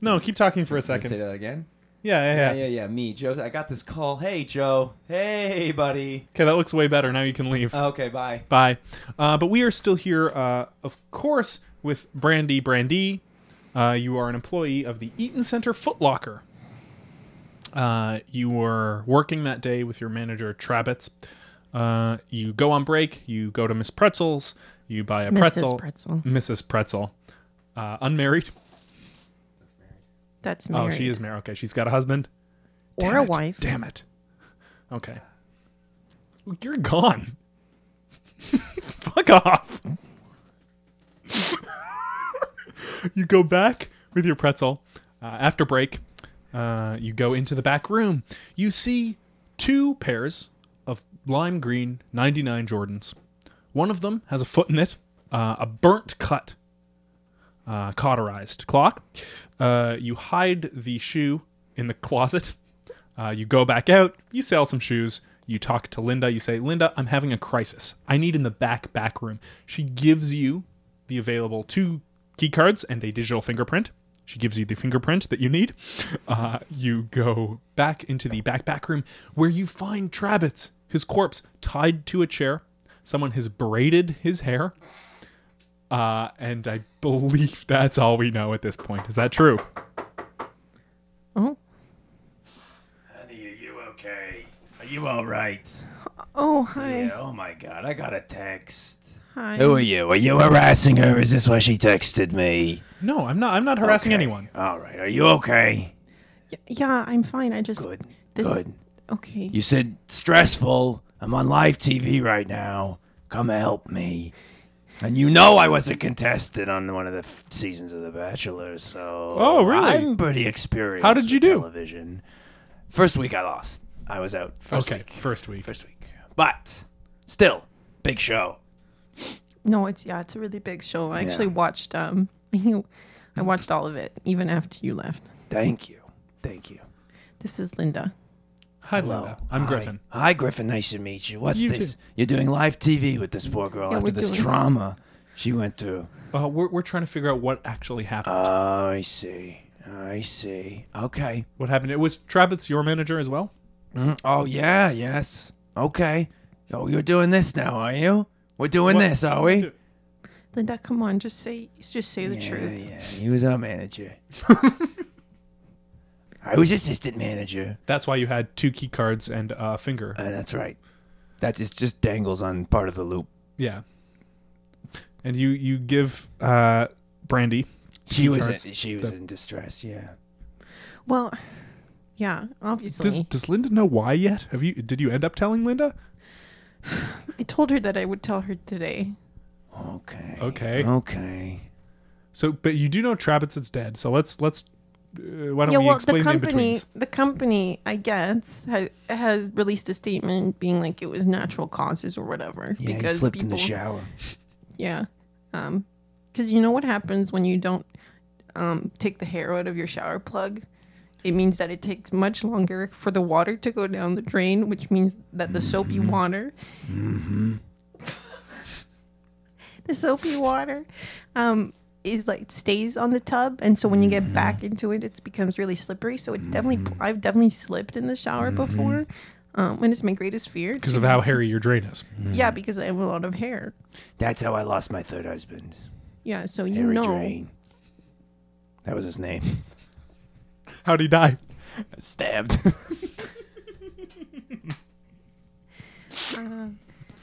No, keep talking for a
Can I say
second.
that again?
Yeah, yeah, yeah.
yeah, yeah. Me, Joe. I got this call. Hey, Joe. Hey, buddy.
Okay, that looks way better. Now you can leave.
Okay, bye.
Bye. Uh, but we are still here, uh, of course, with Brandy Brandy. Uh, you are an employee of the Eaton Center Footlocker. Uh, you were working that day with your manager, Trabitz. Uh, you go on break. You go to Miss Pretzel's. You buy a
Mrs.
pretzel.
Pretzel.
Mrs. Pretzel. Uh, unmarried.
That's
Oh,
married.
she is married. Okay, she's got a husband.
Or
Damn
a
it.
wife.
Damn it. Okay. You're gone. Fuck off. you go back with your pretzel. Uh, after break, uh, you go into the back room. You see two pairs of lime green 99 Jordans. One of them has a foot in it, uh, a burnt cut, uh, cauterized clock. Uh, you hide the shoe in the closet. Uh, you go back out, you sell some shoes, you talk to Linda, you say, Linda, I'm having a crisis. I need in the back, back room. She gives you the available two key cards and a digital fingerprint. She gives you the fingerprint that you need. Uh, you go back into the back, back room where you find Trabitz, his corpse tied to a chair. Someone has braided his hair. Uh, and I believe that's all we know at this point. Is that true?
Oh,
Honey, are you okay? Are you all right?
oh, hi,
Yeah. Oh my God, I got a text.
hi.
Who are you? Are you harassing her? Is this why she texted me?
No, I'm not. I'm not harassing
Okay.
anyone.
All right. Are you okay?
Y- Yeah, I'm fine. I just
Good.
This,
Good.
Okay.
You said stressful. I'm on live TV right now. Come help me. And you know I was a contestant on one of the f- seasons of The Bachelor, so
Oh, really?
I'm pretty experienced.
How did you
with
do?
Television. First week I lost. I was out. First
Okay,
Week.
first week.
First week. But still, big show.
no, it's yeah, it's a really big show. I actually watched um, I watched all of it even after you left.
Thank you. Thank you.
This is Linda.
Hi, Linda. I'm
Hi.
Griffin.
Hi, Griffin. Nice to meet you. What's
You
this?
too.
You're doing live TV with this poor girl
Yeah,
after
we're
this
doing-
trauma she went through. Oh,
Uh, we're, we're trying to figure out what actually happened.
I see. I see. Okay.
what happened? It was Trabitz, your manager, as well.
Mm, Oh yeah. Yes. Okay. Oh, you're doing this now, are you? We're doing
What-
this, are we?
Linda, come on, just say just say the
Yeah,
truth.
yeah. He was our manager. I was assistant manager.
That's why you had two key cards and a finger.
Uh, that's right. That is just dangles on part of the loop.
Yeah. And you you give uh, Brandy.
She was
cards.
in, she was in distress. Yeah.
Well, yeah, obviously.
Does Does Linda know why yet? Have you did you end up telling Linda?
I told her that I would tell her today.
Okay.
Okay.
Okay.
So, but you do know Trabitz is dead. So let's let's. Uh, why don't
yeah,
we
well, the
explain the,
company,
in-betweens?
the company, I guess, has, has released a statement being like it was natural causes or whatever
Yeah, he
because
slipped in
people
the shower.
Yeah. Um, because you know what happens when you don't um, take the hair out of your shower plug? It means that it takes much longer for the water to go down the drain, which means that the soapy water. the soapy water um, is like stays on the tub, and so when you get back into it, it becomes really slippery. So it's definitely I've definitely slipped in the shower before, um, and it's my greatest fear.
Because of how hairy your drain is.
Yeah, because I have a lot of hair.
That's how I lost my third husband,
Yeah, so you
Harry
know.
Drain. That was his name.
How'd he die?
Stabbed.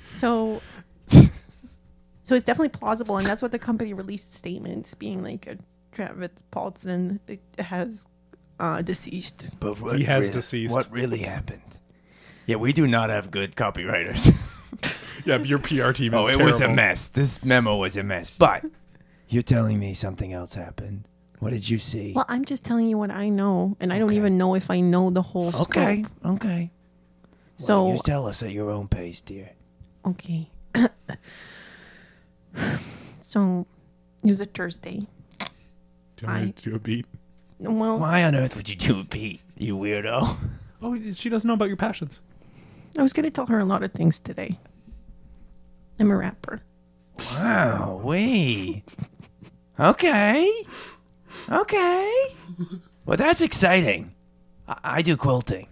So, so it's definitely plausible, and that's what the company released statements, being like uh, Travis Paulson has uh, deceased.
but what
He has rea- deceased. what
really happened? Yeah, we do not have good copywriters.
Yeah, but your PR team is
oh, it
terrible.
was a mess. This memo was a mess. But you're telling me something else happened. What did you see?
Well, I'm just telling you what I know, and I don't
Okay.
even know if I know the whole.
okay,
scope.
okay.
So
you tell us at your own pace, dear.
Okay. so it was a Thursday.
Do you want me to do a beat?
Well,
Why on earth would you do it, Pete? You weirdo.
Oh, she doesn't know about your passions.
I was going to tell her a lot of things today. I'm a rapper.
Wow, we. Okay. Okay. Well, that's exciting. I, I do quilting.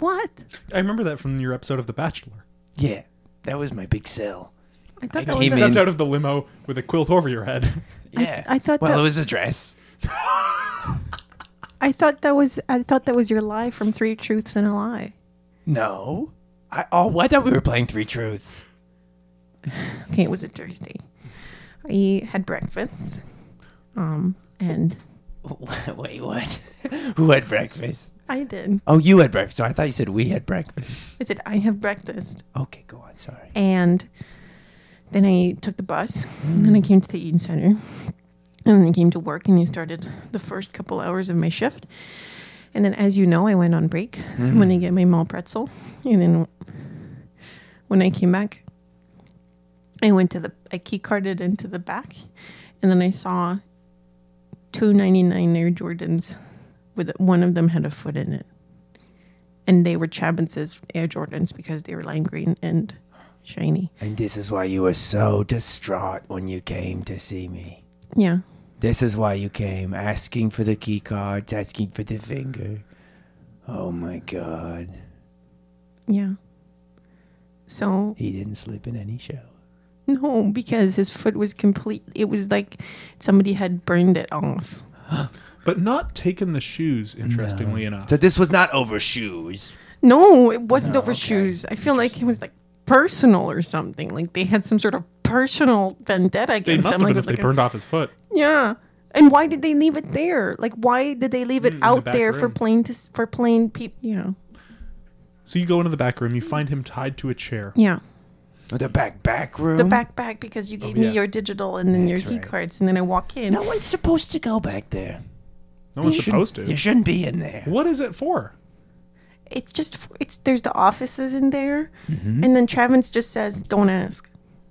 What?
I remember that from your episode of The Bachelor.
Yeah, that was my big sell.
I thought
I
that
came
was
in-
a-
Stepped out of the limo with a quilt over your head.
Yeah.
I thought
Well,
that-
it was a dress.
I thought that was I thought that was your lie from Three Truths and a Lie.
No. I, oh, I thought we were playing Three Truths.
Okay, it was a Thursday. I had breakfast. Um and
Wait, what? Who had breakfast?
I did.
Oh, you had breakfast. So I thought you said we had breakfast.
I said I have breakfast.
Okay, go on. Sorry.
and then I took the bus and I came to the Eden Center and then I came to work and I started the first couple hours of my shift. And then, as you know, I went on break when I get my mall pretzel. And then when I came back, I went to the, I key carded into the back and then I saw two ninety nine Air Jordans with one of them had a foot in it. And they were Chabin's Air Jordans because they were lime green and shiny.
And this is why you were so distraught when you came to see me.
Yeah.
This is why you came, asking for the key cards, asking for the finger. Oh my god.
Yeah. So
He didn't sleep in any shower.
no, because his foot was complete. It was like somebody had burned it off.
But not taken the shoes, interestingly enough.
So this was not over shoes.
No, it wasn't
Oh,
over
okay.
shoes. I feel like it was like personal or something. Like they had some sort of personal vendetta
They
against
must
him.
have been
Like, it
if
was
they
like a-
burned off his foot.
yeah. And why did they leave it there? Like why did they leave it
Mm, the
out
back
there for
room.
plain to s- for plain people? Yeah.
So you go into the back room, you find him tied to a chair.
Yeah.
The back back room.
The backpack because you gave
Oh. yeah.
me your digital and then
That's
your key
right.
cards and then I walk in.
No one's supposed to go back there.
No one's
You
supposed
shouldn't- You
to.
shouldn't be in there.
What is it for?
it's just f- it's there's the offices in there,
Mm-hmm.
and then Travis just says, "Don't ask."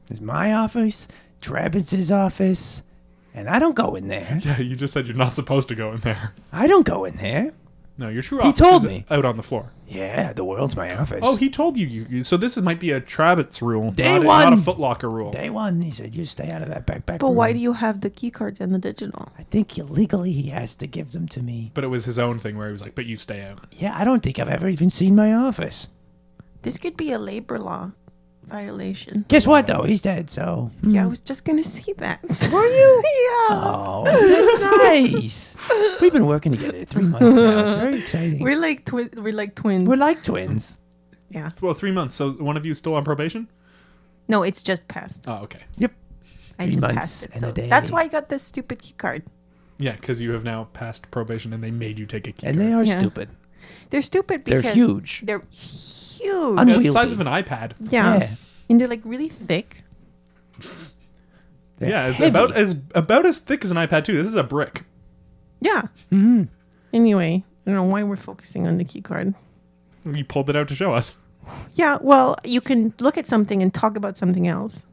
It's my office, Travis's office, and I don't go in there.
Yeah, you just said you're not supposed to go in there.
I don't go in there.
No, your true office
told
is
me.
out on the floor.
Yeah, the world's my office.
Oh, he told you. you, you so this might be a Trabbits rule,
Day
not, a-
one.
not a Footlocker rule.
Day one, he said, you stay out of that back back
But
room.
why do you have the key cards and the digital?
I think illegally he has to give them to me.
But it was his own thing where he was like, "But you stay out."
Yeah, I don't think I've ever even seen my office.
This could be a labor law violation.
Guess what, though? He's dead, so.
Yeah, I was just gonna say that. Were you? yeah.
Mm-hmm. Oh, that's nice. We've been working together three months now. It's very exciting. We're,
We're like twi- we're like twins.
like twins.
yeah.
Well, three months. So one of you still on probation?
No, it's just passed.
Oh, okay.
Yep.
I
Three
just
months
passed it.
and a
So
day.
that's why I got this stupid key card.
Yeah, because you have now passed probation, and they made you take a key.
And they are
Yeah.
stupid.
They're stupid
They're
because
huge.
They're huge.
Un-
yeah, it's the size of an
wieldy.
iPad.
yeah.
Yeah.
and they're like really thick.
They're
Yeah, it's
heavy.
about as about as thick as an iPad too. This is a brick.
Yeah.
Mm-hmm.
Anyway, I don't know why we're focusing on the key card.
You pulled it out to show us.
Yeah, well, you can look at something and talk about something else.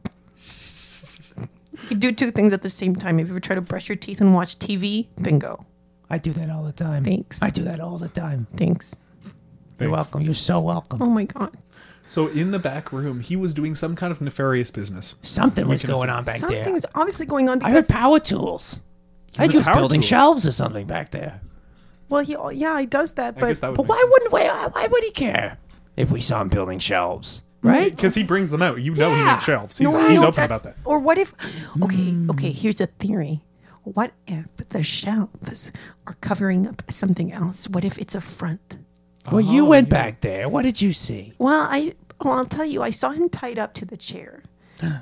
You can do two things at the same time. If you ever try to brush your teeth and watch TV, bingo.
I do that all the time.
Thanks.
I do that all the time.
Thanks.
You're
Thanks.
welcome. You're so welcome.
Oh my god.
So in the back room, he was doing some kind of nefarious business.
Something was
gonna
going
say-
on back
Something
there.
was obviously going on
I heard
because
power tools. I
heard
think he was
power
building
tools.
shelves or something back there.
well, he yeah, he does that,
guess
but
that would-
But
make
why wouldn't why, why would he care if we saw him building shelves? Right?
Because he brings them out. You know he
Yeah.
made shelves.
No,
He's,
I
he's
know
open
that's-
about that.
Or what if Okay, okay, here's a theory. What if the shelves are covering up something else? What if it's a front?
Well,
Oh,
you went back there. What did you see?
Well, I well, I'll tell you, I saw him tied up to the chair.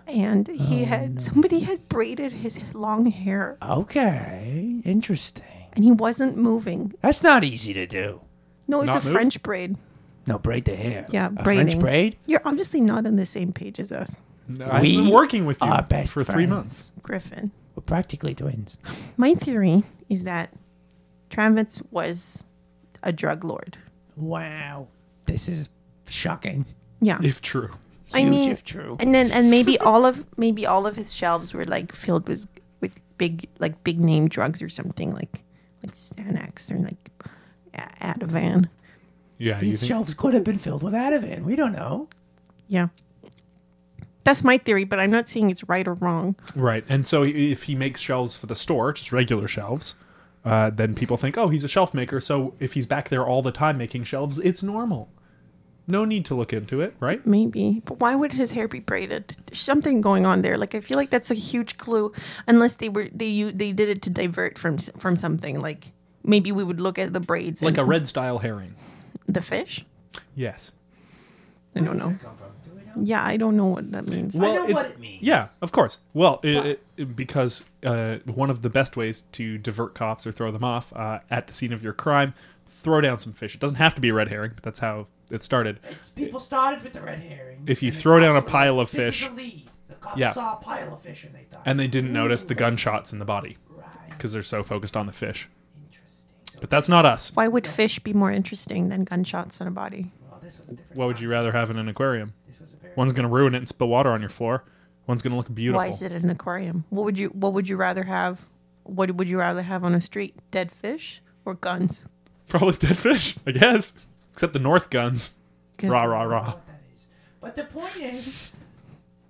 And
Oh,
he had somebody had braided his long hair
Uh, Okay, interesting.
and he wasn't moving.
That's not easy to do.
No, it's
Not
a
move?
French braid.
No, braid the hair.
Yeah,
a
braiding.
French braid.
You're obviously not on the same page as us,
I've
We
been working with you
are best
for three
friends.
months.
Griffin.
We're practically twins.
My theory is that Travis was a drug lord.
Wow, this is shocking.
Yeah.
If true.
I
Huge
mean,
if true.
and then and maybe all of maybe all of his shelves were like filled with with big like big name drugs or something like like Xanax or like A- Ativan.
Yeah, you
These
think
shelves could have been filled with Ativan. We don't know.
Yeah. That's my theory, but I'm not saying it's right or wrong.
right. And so if he makes shelves for the store, just regular shelves, uh, then people think, oh, he's a shelf maker. So if he's back there all the time making shelves, it's normal. No need to look into it, right?
Maybe. But why would his hair be braided? There's something going on there. Like I feel like that's a huge clue unless they were they u- they did it to divert from s- from something like maybe we would look at the braids
Like a
and
red style herring.
the fish.
Yes.
I don't know. Yeah, I don't know what that means.
Well,
know
it's-
what it means.
Yeah, of course. Well, i i because uh, one of the best ways to divert cops or throw them off uh, at the scene of your crime, throw down some fish. It doesn't have to be a red herring, but that's how it started.
People started with the red herring.
If you throw down a pile of fish,
lead. The cops
Yeah.
a pile of fish and they thought.
and they didn't notice the gunshots in the body
Right.
because they're so focused on the fish.
Interesting. So
But that's not us.
Why would fish be more interesting than gunshots on a body?
well, this was a different.
What would you rather have in an aquarium?
This was a very.
One's going to ruin it and spill water on your floor. One's going to look beautiful.
Why is it an aquarium? What would you What would you rather have? What would you rather have on a street? Dead fish or guns?
Probably dead fish, I guess. Except the North guns.
'Cause-
Rah, rah, rah.
what that is. But the point is,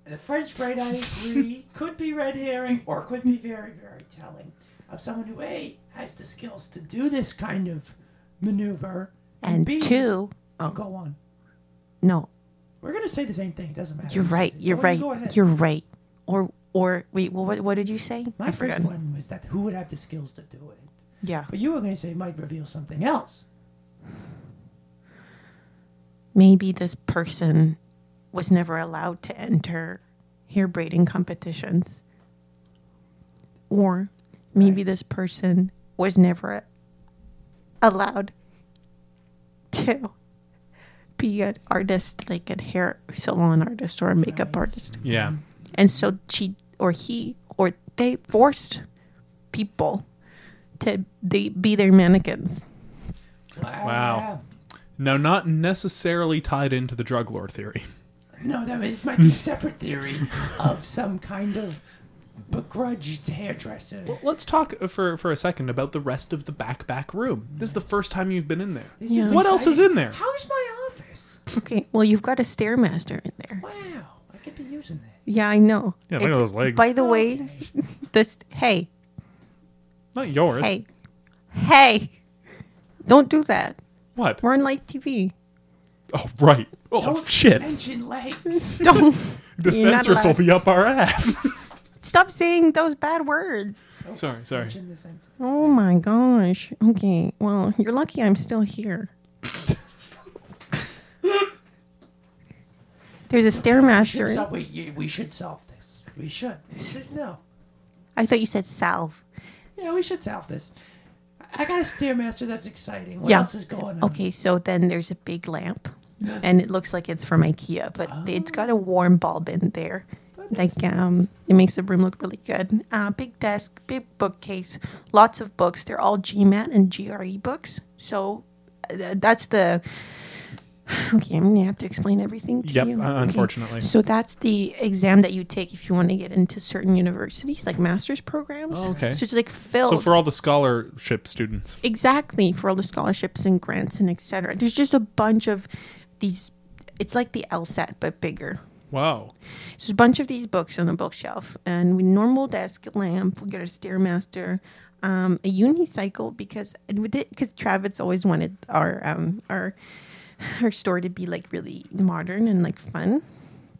the French braid, I agree, could be red herring or could be very, very telling of someone who A, has the skills to do this kind of maneuver,
And
B,
two.
I'll go on.
No,
We're going to say the same thing. It doesn't matter.
you're
who
right.
says it.
You're
Go on,
right.
Go ahead.
You're right. Or or wait. Well, what What did you say?
My
I
first
forgot.
one was that who would have the skills to do it?
Yeah.
But you were going to say it might reveal something else.
Maybe this person was never allowed to enter hair braiding competitions. Or maybe this person was never allowed to be an artist, like a hair salon artist or a makeup artist.
Yeah.
And so she or he or they forced people to they be their mannequins.
Wow. No, not necessarily tied into the drug lord theory.
No, that was might be a separate theory of some kind of begrudged hairdresser.
Let's talk for for a second about the rest of the back back room. This is the first time you've been in there.
This is
What else is
exciting.
in there?
How's my office?
Okay, well you've got a stairmaster in there.
Wow, I could be using that.
Yeah, I know.
Yeah, look at
It's-
those legs.
By the way, this hey,
Not yours.
hey, hey. Don't do that.
What?
We're on live TV.
Oh, right. Oh,
Don't
shit.
Mention legs.
Don't
The
You're not
sensors will
allowed.
be up our ass.
stop saying those bad words.
sorry, sorry.
Mention Oh, the sense.
Oh my gosh. Okay. Well, you're lucky I'm still here. There's a stairmaster.
So we, you- we should solve this. We should. We should no.
I thought you said salve.
Yeah, we should solve this. I- I got a stairmaster. That's exciting. What
Yeah.
else is going on?
Okay, so then there's a big lamp, and it looks like it's from IKEA, but it's got a warm bulb in there. Like um, it makes the room look really good. Uh, big desk, big bookcase, lots of books. They're all GMAT and GRE books. So uh, th- that's the. Okay, I'm gonna have to explain everything to
Yep,
you.
uh,
Okay.
unfortunately.
So that's the exam that you take if you want to get into certain universities, like master's programs.
Oh, okay.
So it's like filled.
So for all the scholarship students,
Exactly, for all the scholarships and grants and etc. There's just a bunch of these. It's like the LSAT but bigger.
wow.
So there's a bunch of these books on the bookshelf, and we normal desk lamp. We got a stairmaster, um, a unicycle because because Travis always wanted our um, our our store to be like really modern and like fun,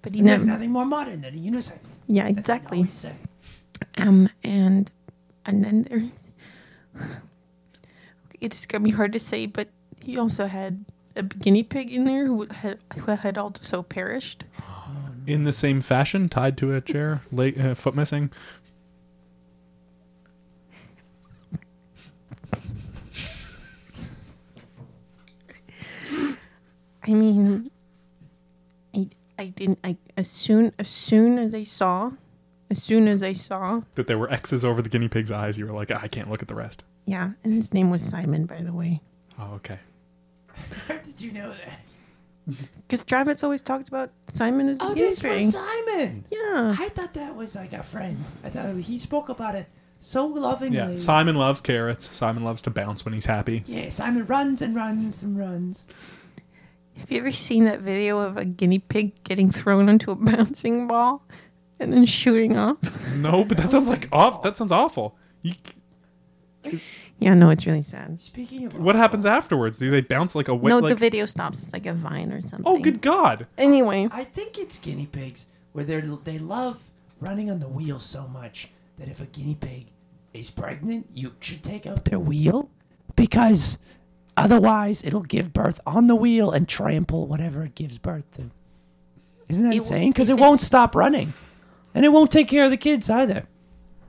but he
There's
never.
nothing more modern than a unicycle.
Yeah,
That's what I
exactly.
always say.
Um, and and then there's it's gonna be hard to say, but he also had a guinea pig in there who had who had also perished.
In the same fashion, tied to a chair, late, uh, foot missing.
I mean, I I didn't. I as soon as soon as I saw, as soon as I saw,
That there were X's over the guinea pig's eyes. You were like, I can't look at the rest.
yeah. And his name was Simon, by the way,
Oh, okay.
How did you know that?
because Travis always talked about Simon as the
Oh,
oh,
this was Simon.
Yeah,
I thought that was like a friend. I thought he spoke about it so lovingly.
Yeah. Simon loves carrots. Simon loves to bounce when he's happy.
Yeah, Simon runs and runs and runs.
have you ever seen that video of a guinea pig getting thrown into a bouncing ball and then shooting off?
No, but that sounds like
Oh.
off. That sounds awful. You,
Yeah, no, it's really sad.
Speaking of
what happens afterwards? Do they bounce like a wet?
no,
like,
the video stops. It's like a vine or something.
oh, good God!
Anyway,
I think it's guinea pigs where they they love running on the wheel so much that if a guinea pig is pregnant, you should take out their wheel because otherwise it'll give birth on the wheel and trample whatever it gives birth to. Isn't that
It
insane?
w-
'Cause insane? Because
if
it won't
it's-
stop running, and it won't take care of the kids either.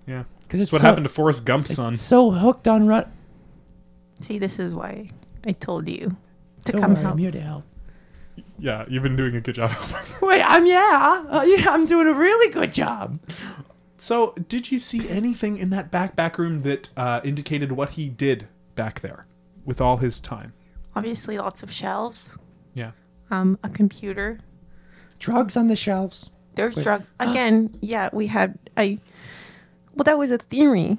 Yeah,
Because
that's
it's
what
so,
happened to Forrest Gump's
it's
son.
so hooked on run.
see, this is why I told you to
Don't
come
worry,
help.
I'm here to help.
Yeah, you've been doing a good job. Albert.
Wait, I'm yeah, uh, yeah, I'm doing a really good job.
so, did you see anything in that back back room that uh, indicated what he did back there with all his time?
Obviously, lots of shelves,
Yeah.
um, a computer.
Drugs on the shelves.
There's drugs again. Yeah, we had I. Well, that was a theory.
Right.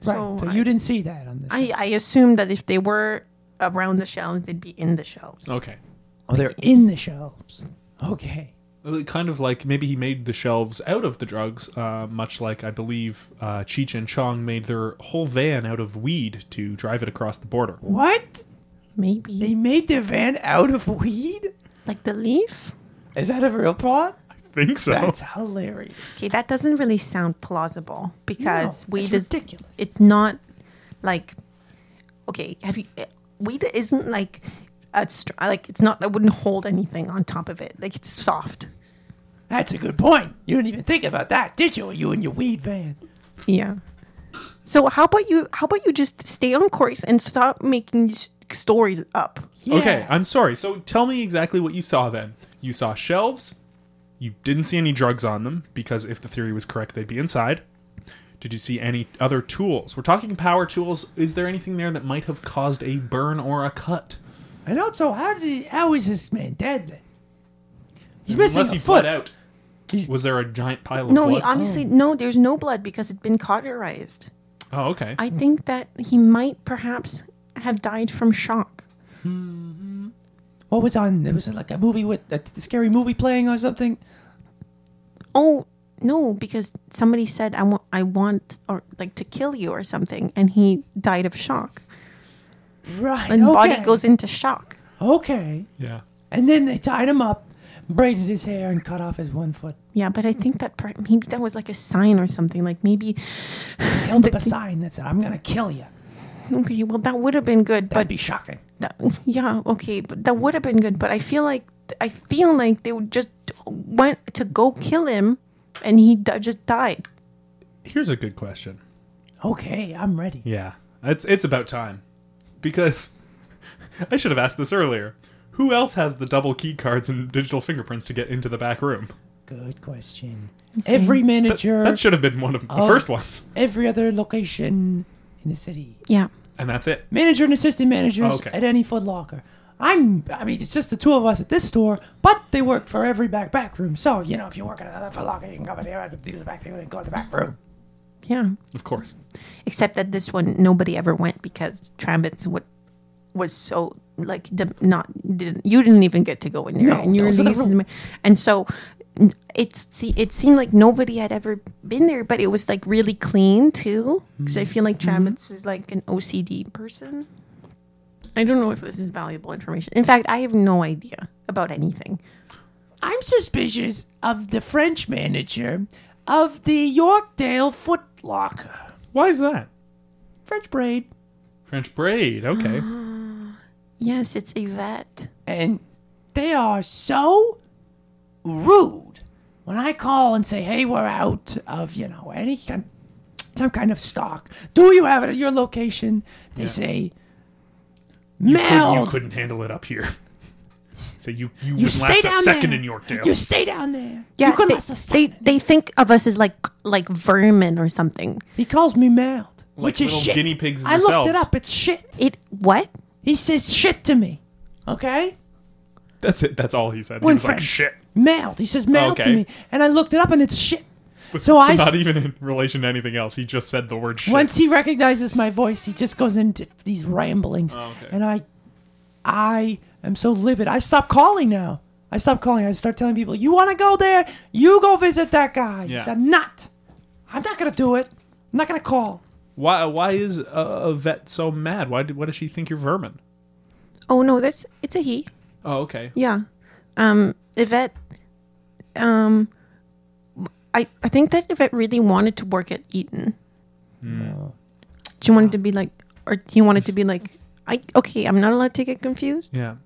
So
So,
I-
you didn't see that on the
I I assumed that if they were around the shelves, they'd be in the shelves.
Okay.
Oh, they're in the shelves. Okay.
Well, it uh, Kind of like maybe he made the shelves out of the drugs, uh, much like I believe uh, Cheech and Chong made their whole van out of weed to drive it across the border.
What?
Maybe
They made the van out of weed?
like the leaf.
Is that a real plot?
Think so?
That's hilarious.
Okay, that doesn't really sound plausible because
No,
weed
it's
is
ridiculous.
It's not like okay. Have you eh, weed isn't like a str- like it's not. I wouldn't hold anything on top of it. Like it's soft.
That's a good point. You didn't even think about that, did you? You and your weed van.
Yeah. So how about you? How about you just stay on course and stop making these stories up?
Yeah.
Okay, I'm sorry. So tell me exactly what you saw then. You saw shelves. You didn't see any drugs on them because if the theory was correct, they'd be inside. Did you see any other tools? We're talking power tools. Is there anything there that might have caused a burn or a cut?
And also, how, did he, how is this man dead? then? He's missing
Unless
a
he
foot.
bled out.
He's-
Was there a giant pile of
No,
blood?
he honestly no. There's no blood because it's been cauterized.
oh, okay.
I think that he might perhaps have died from shock.
What was on? There was like a movie with a, a scary movie playing or something.
oh no because somebody said i want i want or like to kill you or something and he died of shock
Right.
and body
okay.
goes into shock
Okay.
yeah.
And then they tied him up, braided his hair, and cut off his one foot.
yeah but i think that per- maybe that was like a sign or something like maybe
Held up a sign that said, "I'm gonna kill you."
okay well that would have been good
That'd
but
be shocking.
that, yeah okay but that would have been good but i feel like i feel like they would just went to go kill him and he di- just died
Here's a good question.
Okay, I'm ready.
Yeah. It's it's about time. Because I should have asked this earlier. Who else has the double key cards and digital fingerprints to get into the back room?
Good question. Every manager,
That should have been one of the
Oh.
first ones.
every other location in the city,
yeah
And that's it.
manager and assistant managers
Okay.
at any Foot Locker. I'm, I mean, it's just the two of us at this store, but they work for every back back room. So you know, if you work at another Foot Locker, you can come in here and use the back thing and go to the back room.
yeah
Of course.
except that this one nobody ever went because Trambits what was so like d- not didn't, you didn't even get to go in there
No,
and you were
those are the
leaving- and so n- it se- it seemed like nobody had ever been there but it was like really clean too because
Mm-hmm.
I feel like Trambits is like an OCD person. I don't know if this is valuable information. In fact, I have no idea about anything.
I'm suspicious of the French manager of the Yorkdale Foot Locker.
Why is that?
French braid.
French braid. Okay.
Yes, it's Yvette.
and they are so rude when I call and say, "Hey, we're out of you know any kind, some kind of stock. Do you have it at your location?" They say,
Couldn't-
"Mailed.
you couldn't handle it up here. So you you,
You
wouldn't
stay
last a
down
second
there.
in Yorkdale.
You stay down there.
Yeah,
you could
they,
last a
they,
second."
they think of us as like like vermin or something.
he calls me mailed, which is
little
shit.
guinea pigs
I looked it
yourselves.
up. It's shit.
It what?
He says shit to me. Okay,
That's it. That's all he said. He
One
was like,
friend.
"Shit."
mailed. He says mailed to
Okay.
me, and I looked it up, and it's shit.
But
So I s-
not even in relation to anything else. He just said the word shit.
Once he recognizes my voice, he just goes into these ramblings,
Oh, okay.
and I, I am so livid. I stop calling now. I stop calling. I start telling people, "You want to go there? You go visit that guy." He
Yeah.
said, "I'm not. I'm not gonna do it. I'm not gonna call."
Why why is a, a vet so mad? Why did, why does she think you're vermin?
Oh no, that's it's a he.
Oh, okay.
Yeah. Um Yvette um I I think that Yvette really wanted to work at Eton. She wanted to be like or he wanted to be like I okay, I'm not allowed to get confused.
Yeah.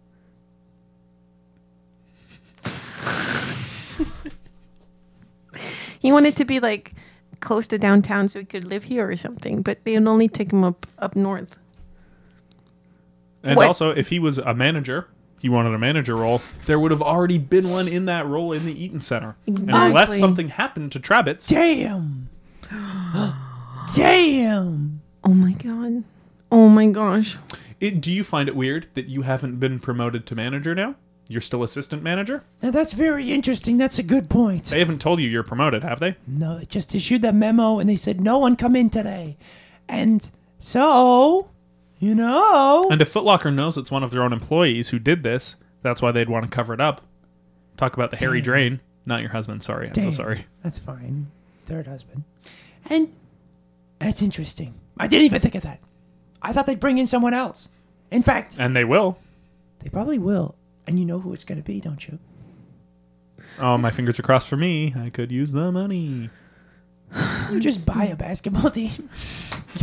He wanted to be like close to downtown so he could live here or something, but they'd only take him up up north.
And
What-
also, if he was a manager, he wanted a manager role. There would have already been one in that role in the Eaton Center. And unless
Exactly.
something happened to Trabbits,
Damn. Damn.
Oh my god. Oh my gosh.
it, do you find it weird that you haven't been promoted to manager now? You're still assistant manager.
Now that's very interesting. That's a good point.
They haven't told you you're promoted, have they?
No, they just issued that memo, and they said no one come in today, and so, you know.
And if Footlocker knows it's one of their own employees who did this, that's why they'd want to cover it up. Talk about the hairy drain. Not your husband. Sorry, I'm so
Damn.
sorry.
That's fine. Third husband. And that's interesting. I didn't even think of that. I thought they'd bring in someone else. In fact,
And they will.
they probably will. And you know who it's going to be, don't you?
Oh, my fingers are crossed for me. I could use the money.
You just buy a basketball team.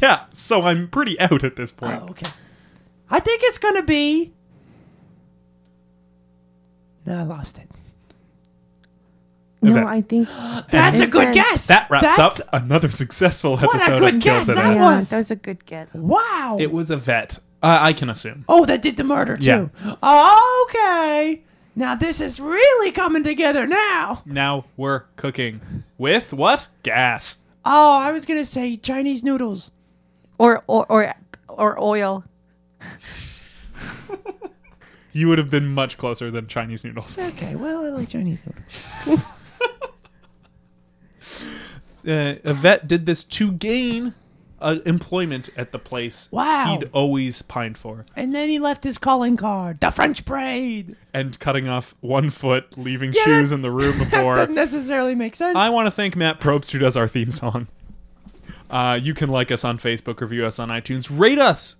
Yeah, so I'm pretty out at this point.
Oh, okay. I think it's going to be. No, I lost it.
No,
Yvette.
I think
That's a
And
good
then-
guess.
That wraps
That's-
up another successful
a
episode
good
of Kill
guess,
Today.
that
yeah,
was-
that was a good get.
Wow.
It was a vet. I I can assume.
oh, that did the murder, too.
Yeah.
Okay. Now this is really coming together now.
Now we're cooking with what? Gas.
Oh, I was going to say Chinese noodles.
Or or or or oil.
You would have been much closer than Chinese noodles. Uh,
Okay, well, I like Chinese noodles.
Uh, a vet did this to gain uh, employment at the place
Wow.
he'd always pined for,
And then he left his calling card, the French braid.
and cutting off one foot, leaving
Yeah,
shoes
that-
in the room
That
before.
doesn't necessarily make sense.
I want to thank Matt Probst who does our theme song. Uh, you can like us on Facebook, review us on iTunes, rate us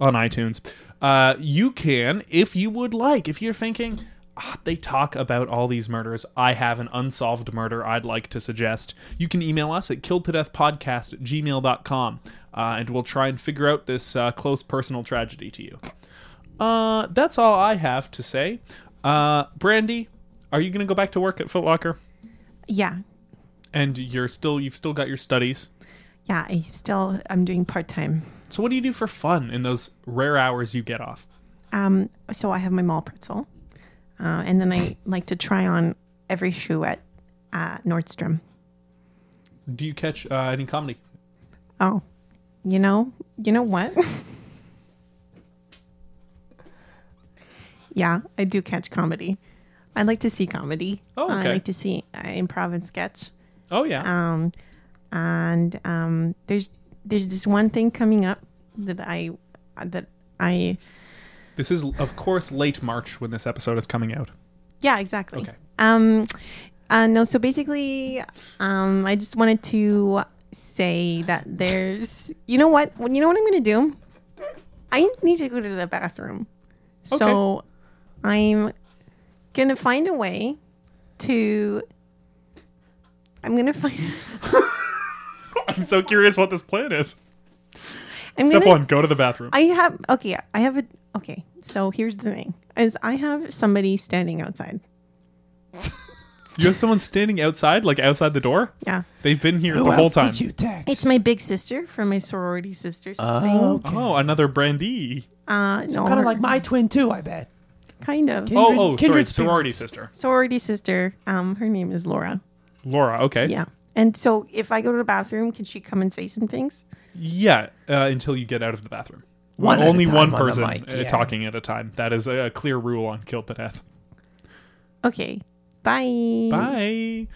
on iTunes. Uh, you can, if you would like, if you're thinking, "Ah, they talk about all these murders. I have an unsolved murder I'd like to suggest. You can email us at killedtodeathpodcast at gmail.com uh, and we'll try and figure out this uh, close personal tragedy to you. Uh, that's all I have to say. Uh, Brandy, are you going to go back to work at Footlocker?
Yeah.
and you're still you've still got your studies
Yeah, I still I'm doing part time.
so what do you do for fun in those rare hours you get off
Um, so I have my mall pretzel, uh, and then I like to try on every shoe at uh, Nordstrom.
do you catch uh, any comedy
Oh, you know, you know what? yeah, I do catch comedy. I like to see comedy.
Oh,
I
okay.
like to see uh, improv and sketch.
oh yeah
um, and um, there's there's this one thing coming up that I that I
this is of course late march when this episode is coming out
yeah exactly
Okay.
um uh, no so basically um I just wanted to say that there's you know what Well, you know what I'm gonna do I need to go to the bathroom so I'm gonna find a way to I'm gonna find
I'm so curious what this plan is.
I'm
Step
gonna-
one, go to the bathroom.
I have okay. I have a okay. So here's the thing: is I have somebody standing outside.
you have someone standing outside, like outside the door?
Yeah,
They've been here
Who
the
else
whole time.
did you text?
it's my big sister from my sorority sisters
Oh,
thing.
okay.
Oh, another Brandy.
Uh, no,
kind
her-
of like my twin too. I bet.
kind
Oh,
of
Kindred-
oh, sorry,
kindred
sorority
spirits.
sister.
sorority sister. Um, her name is Laura.
Laura, okay.
Yeah, and so if I go to the bathroom, can she come and say some things?
Yeah, uh, until you get out of the bathroom.
One at a
Only
time
one
on the
person
mic,
uh,
yeah.
talking at a time. That is a, a clear rule on Kill to Death.
Okay, bye.
Bye.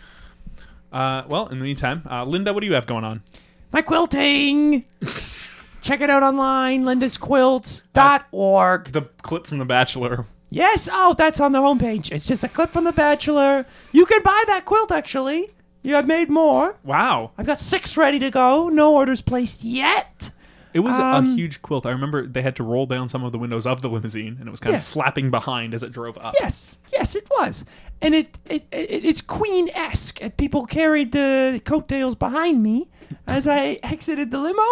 Uh, well, in the meantime, uh, Linda, what do you have going on?
My quilting. Check it out online, lindasquilts.org.
The clip from The Bachelor.
Yes, oh, that's on the homepage. It's just a clip from The Bachelor. You can buy that quilt, actually. Yeah, I've made more.
Wow.
I've got six ready to go. No orders placed yet.
It was a
Um,
huge quilt. I remember they had to roll down some of the windows of the limousine, and it was kind of
Yeah.
flapping behind as it drove up.
Yes, yes, it was, and it, it, it it's Queen esque. And people carried the coattails behind me as I exited the limo,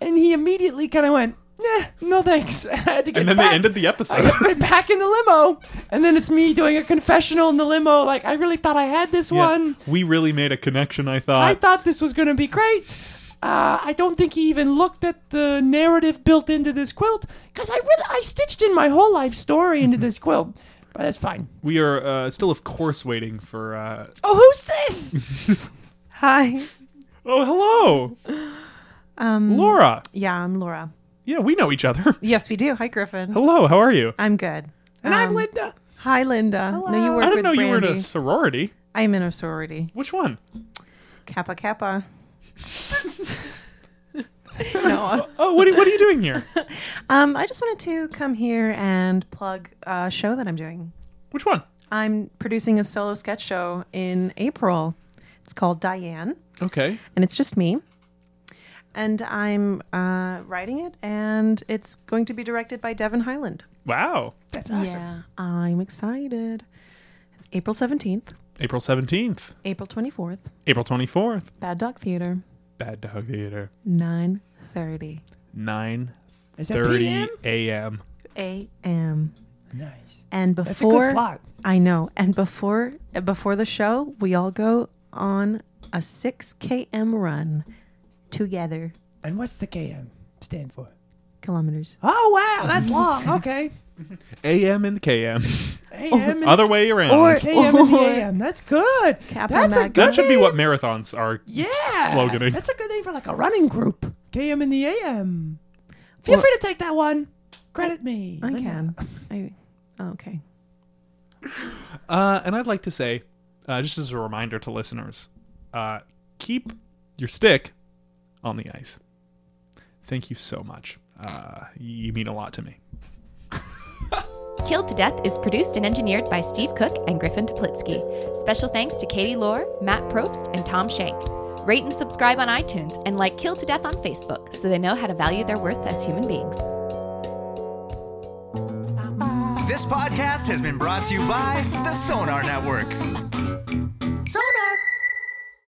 and he immediately kind of went, "Nah, no thanks." I had to get
And then
back.
they ended the
I
episode.
got put back in the limo, and then it's me doing a confessional in the limo. Like I really thought I had this
Yeah. Uh,
one.
We really made a connection, I
I
thought.
thought this was going to be great. Uh, I don't think he even looked at the narrative built into this quilt because I really, I stitched in my whole life story
Mm-hmm.
into this quilt, but that's fine.
we are uh, still, of course, waiting for. Uh...
Oh, who's this?
Hi.
Oh, hello,
Um,
Laura.
yeah, I'm Laura.
Yeah, we know each other.
Yes, we do. Hi, Griffin.
Hello, how are you?
I'm good.
and I'm
Um,
Linda.
Hi, Linda. No, you
Hello.
work
I didn't
with
know you were in a
Brandy.
sorority.
I'm in a sorority.
Which one?
Kappa Kappa. no,
Oh, what are, what are you doing here?
um, I just wanted to come here and plug a show that I'm doing.
Which one?
I'm producing a solo sketch show in April. It's called Diane,
Okay.
and it's just me. And I'm uh, writing it, and it's going to be directed by Devin Highland.
Wow.
That's awesome.
Yeah, I'm excited. It's April 17th,
April 17th,
April 24th,
April 24th,
Bad Dog Theater,
Bad Dog Theater,
9:30
9
Is that
30
PM?
a.m.
a.m.
Nice.
And
That's a good
before
slot.
I know. And before before the show, we all go on a 6 km run together,
And what's the KM stand for?
kilometers.
Oh wow, that's long. Okay.
AM and KM.
AM and
Other way around.
Or-
KM and the
Or-
AM. That's good.
Capital
that's a
Mag-
good
that should be
name.
what marathons are.
Yeah.
Sloganing.
That's a good name for like a running group. KM and the AM. Feel free to take that one. Credit me.
I
Linda.
can. I oh, okay.
Uh, and I'd like to say, uh, just as a reminder to listeners, uh, keep your stick on the ice. Thank you so much. Uh, you mean a lot to me.
Killed to Death is produced and engineered by Steve Cook and Griffin Toplitsky. Special thanks to Katie Lohr, Matt Probst, and Tom Shank. Rate and subscribe on iTunes and like Killed to Death on Facebook so they know how to value their worth as human beings.
This podcast has been brought to you by the Sonar Network.